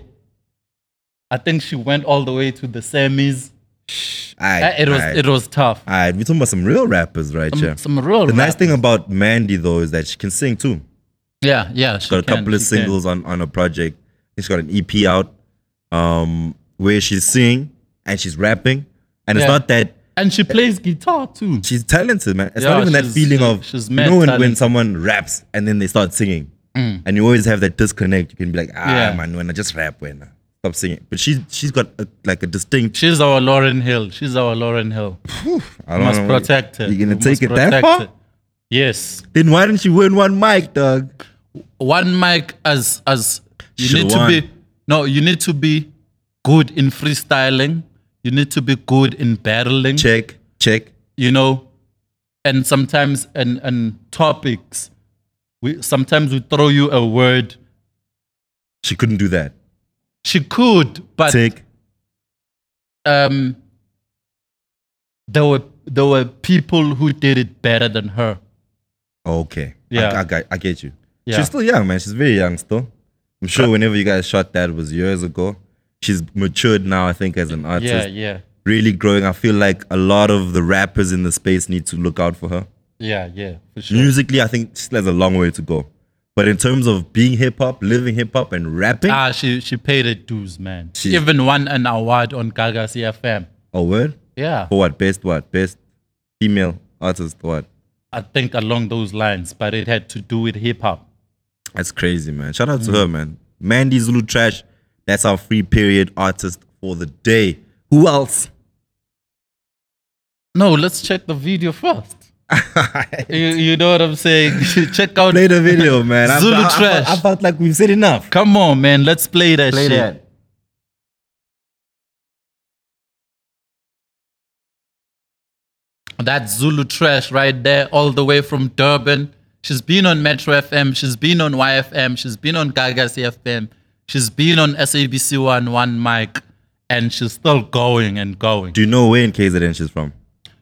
B: I think she went all the way to the semis. Uh,
A: Aight,
B: It was
A: aight,
B: it was tough.
A: aight. We're talking about some real rappers, right?
B: Some,
A: yeah.
B: some real.
A: Ah, The nice
B: rap.
A: thing about Mandy though is that she can sing too.
B: Yeah, yeah. She
A: Got a
B: can,
A: couple of
B: she can.
A: singles on, on a project. I think She's got an EP out um, where she's singing and she's rapping. And it's
B: Yeah.
A: not that
B: and she plays guitar too.
A: she's talented, man. It's
B: Yeah,
A: not even that
B: she's-
A: feeling
B: she-
A: of
B: she's
A: you
B: mad
A: know when, when
B: talented.
A: someone raps and then they start singing, and you always have that disconnect. You can be like, ah,
B: Yeah.
A: man, when I just rap, when I stop singing. But she's she's got a, like a distinct.
B: She's our Lauren Hill. She's our Lauren Hill.
A: I
B: We
A: don't
B: must
A: know.
B: protect her.
A: You gonna
B: We
A: take
B: must
A: it that
B: protect
A: far?
B: her. Yes.
A: Then why didn't she win one mic, dog?
B: One mic as as you
A: Should've
B: need to
A: won.
B: be no, you need to be good in freestyling. You need to be good in battling.
A: Check, check.
B: you know and sometimes and and topics we sometimes we throw you a word
A: She couldn't do that.
B: she could but
A: Take.
B: um there were there were people who did it better than her
A: Okay.
B: Yeah.
A: I, I, got- I get you.
B: Yeah.
A: She's still young, man. She's very young still. I'm sure whenever you guys shot that was years ago. She's matured now, I think, as an artist.
B: yeah yeah
A: Really growing. I feel like a lot of the rappers in the space need to look out for her.
B: yeah yeah for sure
A: Musically, I think she still has a long way to go. But in terms of being hip hop, living hip hop, and rapping,
B: ah she she paid her dues man she
A: She-
B: even won an award on gaga cfm
A: a word?
B: yeah
A: Oh. For what? Best what? Best female artist or what?
B: I think along those lines, but it had to do with hip hop.
A: That's crazy, man. Shout out to
B: Mm-hmm.
A: her, man. Mandy Zulu Trash. That's our free period artist for the day. Who else?
B: No, let's check the video first. you, you know what I'm saying? check out.
A: Play the video, man. I-
B: Zulu
A: I- I, felt-
B: Trash.
A: I felt like we've said enough.
B: Come on, man. Let's play that shit. That Zulu trash right there, all the way from Durban. She's been on Metro FM. She's been on YFM. She's been on Gagas FM. She's been on SABC One One Mic, and she's still going and going.
A: Do you know where in KZN she's from?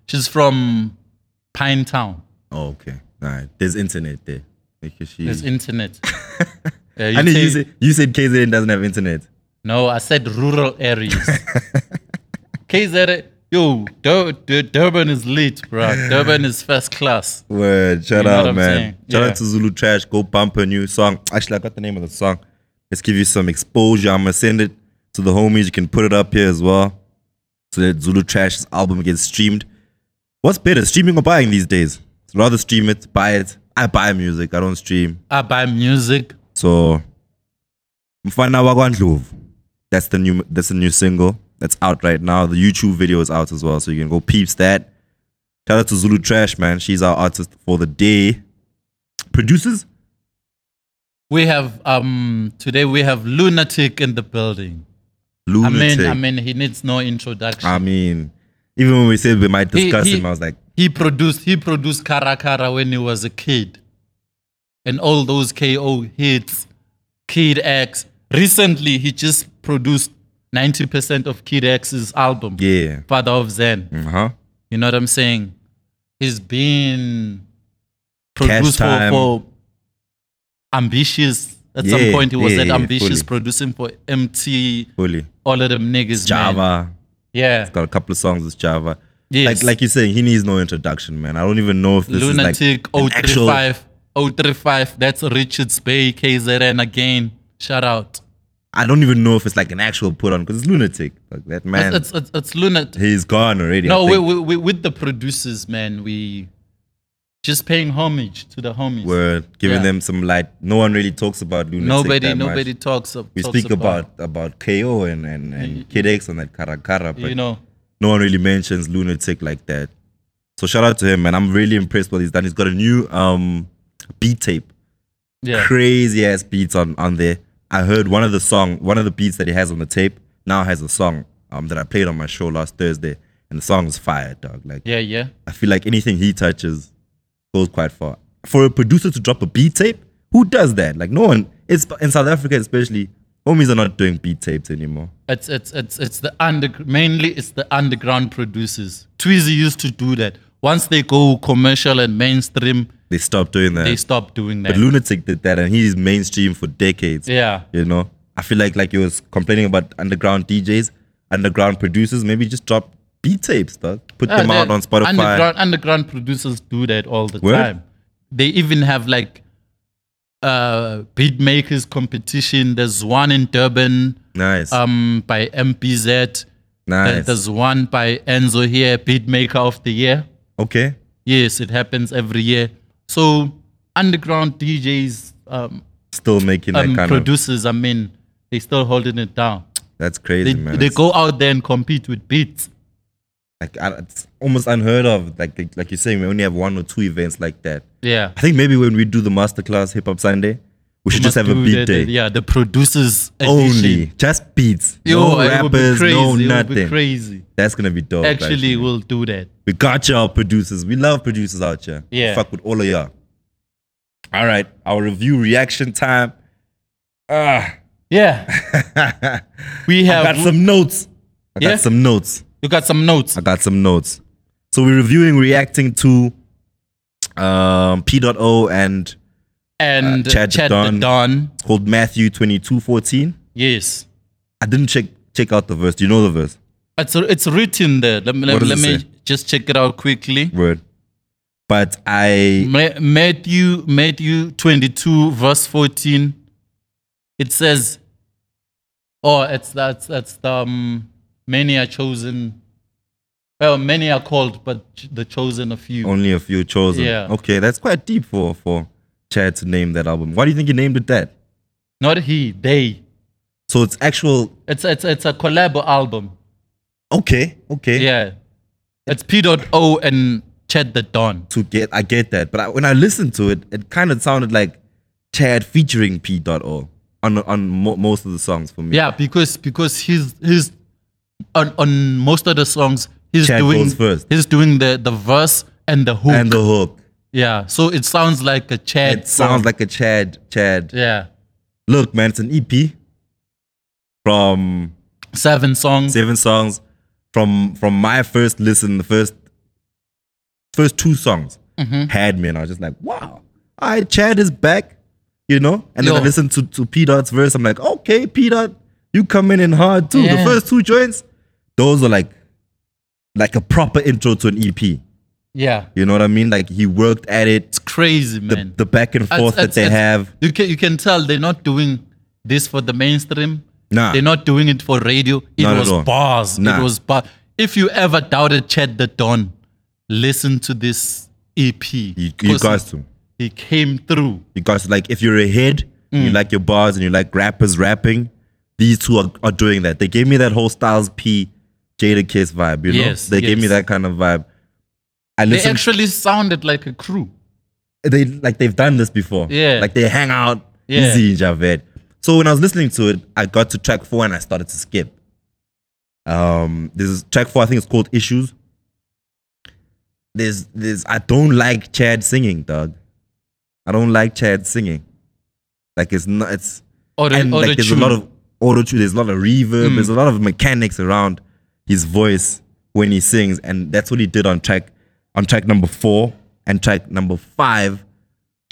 B: She's from Pine Town.
A: Oh, okay. All right. There's internet there. Because she.
B: There's internet. Yeah, you
A: Hmm. I need you,
B: take-
A: said, you said KZN doesn't have internet.
B: No, I said rural areas. KZ, yo, Dur- Dur- Durban is lit, bro. Durban is first class.
A: Word. Shout
B: know what
A: out,
B: I'm
A: man.
B: saying?
A: Shout
B: Yeah.
A: out to Zulu Trash. Go bump her new song. Actually, I got the name of the song. Let's give you some exposure. I'm gonna send it to the homies. You can put it up here as well, so that Zulu Trash's album gets streamed. What's better, streaming or buying these days? rather stream it, buy it. I buy music. I don't stream.
B: I buy music.
A: So Mfana Wagwandlov. That's the new that's the new single that's out right now. The YouTube video is out as well, so you can go peeps that. Shout out to Zulu Trash, man. She's our artist for the day. Producers?
B: We have um today we have Lunatic in the building.
A: Lunatic.
B: I mean, I mean, he needs no introduction.
A: I mean, even when we said we might
B: He-
A: discuss
B: he-
A: him, I was like,
B: he produced he produced Kara Kara when he was a kid, and all those KO hits, Kid X. Recently, he just produced ninety percent of Kid X's album,
A: yeah.
B: Father of Zen.
A: Uh-huh.
B: You know what I'm saying? He's been
A: Cash
B: produced for,
A: Time.
B: for ambitious. At some
A: Yeah,
B: point, he was
A: yeah,
B: at
A: yeah, fully.
B: ambitious producing for MT,
A: Fully.
B: all of them niggas. man.
A: Java.
B: yeah,
A: Got a couple of songs with Java.
B: Yes.
A: Like like you're saying, he needs no introduction, man. I don't even know if this
B: lunatic.
A: is like an actual
B: 035, 035. That's Richards Bay KZN again. Shout out.
A: I don't even know if it's like an actual put on because it's lunatic. Like that man,
B: It's, it's, it's, it's lunatic.
A: he's gone already.
B: No,
A: I
B: we,
A: think.
B: we, we, with the producers, man, we just paying homage to the homies.
A: we're giving
B: Yeah.
A: them some light. No one really talks about lunatic.
B: nobody,
A: that much.
B: nobody talks. ab-
A: We
B: talks Mm.
A: speak about about KO and and, and Kid X and that Karakara, but
B: you know.
A: no one really mentions lunatic like that. So shout out to him, man. I'm really impressed with what he's done. He's got a new um beat tape,
B: Yeah.
A: crazy ass beats on on there. I heard one of the song, one of the beats that he has on the tape now has a song um that I played on my show last Thursday, and the song is fire, dog. Like.
B: Yeah, yeah.
A: I feel like anything he touches goes quite far. For a producer to drop a beat tape, who does that? Like no one. It's in South Africa especially. Homies are not doing beat tapes anymore.
B: It's it's it's it's the under mainly it's the underground producers. Tweezy used to do that. Once they go commercial and mainstream,
A: They stopped doing that.
B: they stop doing that.
A: but Lunatic did that, and he's mainstream for decades.
B: yeah.
A: You know, I feel like like you was complaining about underground DJs, underground producers. Maybe just drop beat tapes, dog. Put
B: Yeah,
A: them out
B: Ah, they-
A: on Spotify.
B: Underground, underground producers do that all the
A: Word?
B: time. They even have like uh beat makers competition. There's one in Durban
A: Nice,
B: um by MPZ. There-
A: nice.
B: There's one by Enzo here, beat maker of the year.
A: okay,
B: Yes, it happens every year. So underground DJs, um,
A: still making that
B: um
A: kind of.
B: producers, I mean, they still holding it down.
A: That's crazy,
B: They,
A: man.
B: they
A: It's-
B: go out there and compete with beats.
A: like I, it's almost unheard of. Like like- like you're saying, we only have one or two events like that.
B: Yeah.
A: I think maybe when we do the masterclass Hip Hop Sunday, we should just
B: Must
A: have a
B: do
A: beat
B: the-
A: day
B: the- yeah, the producers
A: only,
B: edition.
A: just beats,
B: Yo,
A: no
B: it would be
A: rappers,
B: crazy,
A: no
B: it would be
A: nothing.
B: crazy.
A: That's gonna be dope.
B: Actually, we'll do that.
A: we got y'all producers. We love producers out here. We
B: Yeah.
A: fuck with all of y'all. All right, our review reaction time. Ah,
B: Yeah,
A: I
B: we have.
A: got some Uh, notes. I
B: Yeah?
A: got some notes.
B: you got some notes.
A: I got some notes. So we're reviewing, reacting to um, P.O. and
B: And
A: uh, Chad the
B: Chad the
A: Don.
B: Don.
A: it's called Matthew 22:14.
B: Yes,
A: I didn't check check out the verse. Do you know the verse?
B: it's it's written there. Let me let,
A: What does
B: let
A: it
B: me
A: say?
B: just check it out quickly.
A: Word. But I
B: Ma- Matthew Matthew 22 verse 14 it says oh it's that's that's the um, many are chosen Well, many are called, but ch- the chosen a few.
A: Only a few chosen.
B: Yeah.
A: Okay, that's quite deep for for Chad to name that album. Why do you think he named it that?
B: Not he, they.
A: So it's actual.
B: It's it's it's a collab album.
A: Okay, okay.
B: Yeah. It's P.O. and Chad the Don.
A: To get, I get that, but I, when I listened to it, it kind of sounded like Chad featuring P.O. on on mo- most of the songs for me.
B: Yeah, because because he's he's on on most of the songs he's
A: Chad
B: doing
A: goes first.
B: he's doing the the verse and the hook.
A: And the hook.
B: yeah, so it sounds like a Chad.
A: It sounds
B: song.
A: like a Chad. Chad.
B: yeah,
A: Look, man, it's an EP from
B: seven songs.
A: seven songs from from my first listen the first first two songs
B: Mm-hmm.
A: had me and i was just like wow all right chad is back you know and then i
B: Yo.
A: listened to, to p dot's verse i'm like okay p dot you come in and hard too the
B: Yeah.
A: first two joints those are like like a proper intro to an ep you
B: Yeah,
A: know what i mean like he worked at it
B: it's crazy,
A: the,
B: man.
A: the back and
B: It's-
A: forth that
B: it's-
A: they
B: it's-
A: have
B: You can you can tell they're not doing this for the mainstream.
A: Nah.
B: They're not doing it for radio. It
A: Not at
B: was
A: all.
B: bars.
A: Nah.
B: It was bars. If you ever doubted Chad the Don, listen to this EP.
A: you, you guys to
B: he came through.
A: because like if you're a head
B: Mm.
A: you like your bars and you like rappers rapping these two are, are doing that they gave me that whole styles p jada kiss vibe you know
B: Yes,
A: they gave me
B: yes.
A: that kind of vibe i
B: They
A: listen
B: actually sounded like a crew.
A: they like they've done this before
B: Yeah.
A: like they hang out
B: Yeah.
A: easy in javed so when i was listening to it i got to track four and i started to skip um this is track four i think it's called issues there's there's i don't like chad singing dog i don't like chad singing like it's not it's
B: Or,
A: and
B: or
A: like there's a lot of auto tune, there's a lot of reverb, there's a lot of mechanics around his voice when he sings, and that's what he did on track on track number four and track number five.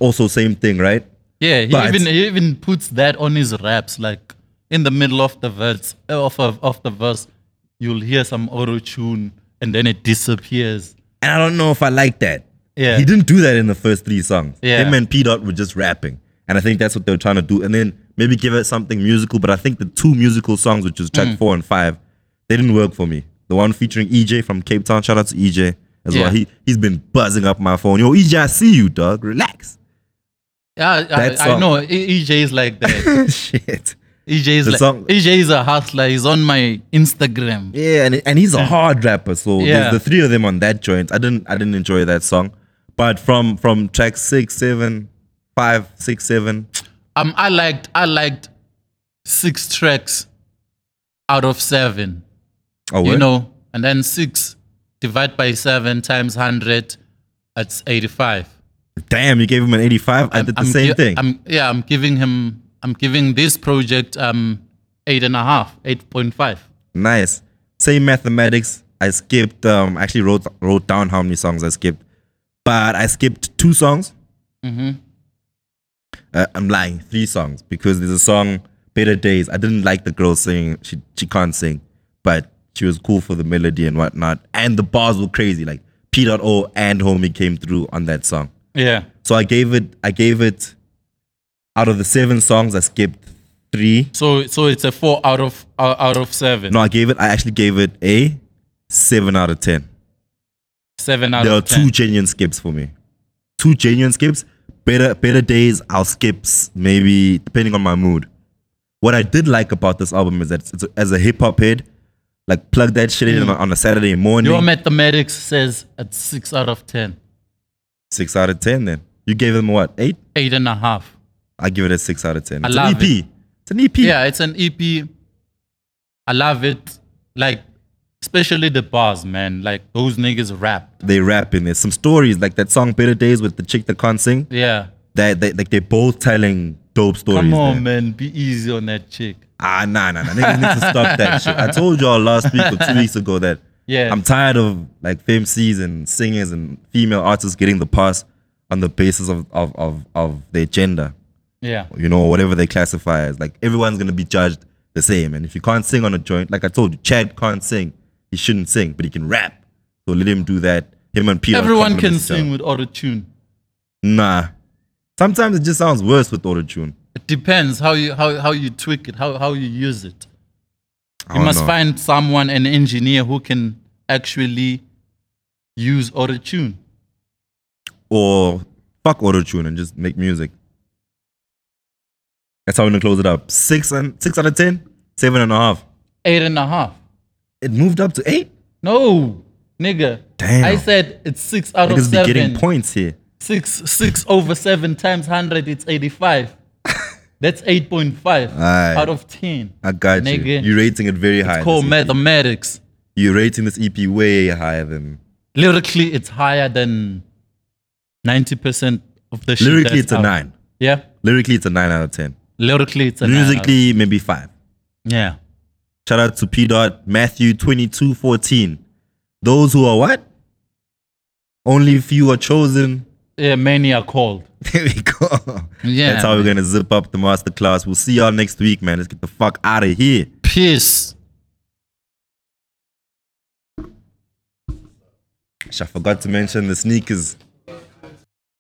A: Also, same thing, right?
B: yeah. He
A: but-
B: even he even puts that on his raps, like in the middle of the verse, uh, of of of the verse, you'll hear some auto tune, and then it disappears.
A: And I don't know if I like that.
B: Yeah.
A: He didn't do that in the first three songs.
B: Yeah.
A: Him and P Dot were just rapping. And I think that's what they were trying to do. And then maybe give it something musical. But I think the two musical songs, which is track
B: Mm.
A: four and five, they didn't work for me. The one featuring EJ from Cape Town. Shout out to EJ as well.
B: Yeah.
A: He he's been buzzing up my phone. Yo, EJ, I see you, dog. Relax.
B: Yeah,
A: That
B: I, I
A: song.
B: know. E- EJ is like that.
A: Shit.
B: EJ is
A: The
B: like,
A: song-
B: EJ is a hustler. He's on my Instagram.
A: Yeah, and, and he's a hard rapper. So
B: Yeah.
A: there's the three of them on that joint. I didn't I didn't enjoy that song. But from from track six, seven, five, six, seven,
B: Um, I liked I liked six tracks out of seven.
A: oh,
B: You
A: word?
B: know, and then six divided by seven times hundred, that's eighty-five.
A: Damn, you gave him an 85. I
B: I'm-
A: did the
B: I'm
A: same
B: gi-
A: thing.
B: I'm, yeah, I'm giving him. I'm giving this project um eight and a half, eight point five.
A: nice. Same mathematics. I skipped. Um, I actually wrote wrote down how many songs I skipped, but I skipped two songs. Mm-hmm. Uh, I'm lying. Three songs because there's a song "Better Days." I didn't like the girl singing. She she can't sing, but she was cool for the melody and whatnot. And the bars were crazy. Like P.O. and Homie came through on that song.
B: Yeah.
A: So I gave it. I gave it. Out of the seven songs, I skipped three.
B: So so it's a four out of out out of seven.
A: No, I gave it. I actually gave it a seven out of ten.
B: Seven out
A: there are
B: of ten.
A: two genuine skips for me. Two genuine skips. Better, better days. I'll skip s- maybe depending on my mood. What I did like about this album is that it's, it's- as a hip hop head, like plug that shit
B: Mm.
A: in on, on a Saturday morning.
B: Your mathematics says it's six out of ten.
A: six out of ten. Then you gave them what eight?
B: Eight and a half.
A: I give it a six out of ten.
B: I
A: It's
B: love
A: an EP. It's an E EP.
B: Yeah, it's an EP. I love it. Like, especially the bars, man. Like those niggas rap.
A: They rap in there. Some stories like that song "Better Days" with the chick that can't sing.
B: Yeah.
A: That they, like they're both telling dope stories.
B: Come
A: there.
B: on, man. Be easy on that chick.
A: Ah, nah, nah, nah. Niggas need to stop that shit. I told y'all last week or two weeks ago that
B: Yeah.
A: I'm tired of like FMCs and singers and female artists getting the pass on the basis of, of, of, of their gender,
B: Yeah.
A: you know, or whatever they classify as. Like, everyone's going to be judged the same. And if you can't sing on a joint, like I told you, Chad can't sing. He shouldn't sing, but he can rap. So let him do that. Him and Peter.
B: Everyone
A: compliment
B: can
A: each other.
B: sing with auto tune.
A: Nah. Sometimes it just sounds worse with autotune.
B: It depends how you how, how you tweak it, how how you use it.
A: I
B: You
A: don't
B: must
A: know.
B: find someone, an engineer who can actually use auto tune.
A: Or fuck autotune and just make music. That's how we're gonna close it up. Six and six out of ten, seven and a half.
B: Eight and a half.
A: It moved up to eight.
B: No, nigga.
A: Damn.
B: I said it's six out of
A: Niggas be getting
B: seven.
A: points here.
B: Six six over seven times hundred. It's eighty-five. That's eight point five
A: Aight.
B: out of ten.
A: I got you.
B: Nigga.
A: You're rating it very high.
B: It's called
A: this EP.
B: mathematics.
A: You're rating this EP way higher than
B: Lyrically, it's higher than ninety percent of the shit.
A: lyrically. It's
B: that's
A: a
B: out.
A: nine.
B: Yeah.
A: Lyrically, it's a nine out of ten.
B: Lyrically, it's a nine out of-
A: Musically, maybe five.
B: Yeah.
A: Shout out to P. Dot Matthew twenty two fourteen. Those who are what? Only few are chosen.
B: Yeah. Many are called.
A: There we go.
B: Yeah,
A: That's how we're gonna zip up the masterclass. We'll see y'all next week, man. Let's get the fuck out of here.
B: Peace.
A: Sh, I forgot to mention the sneakers.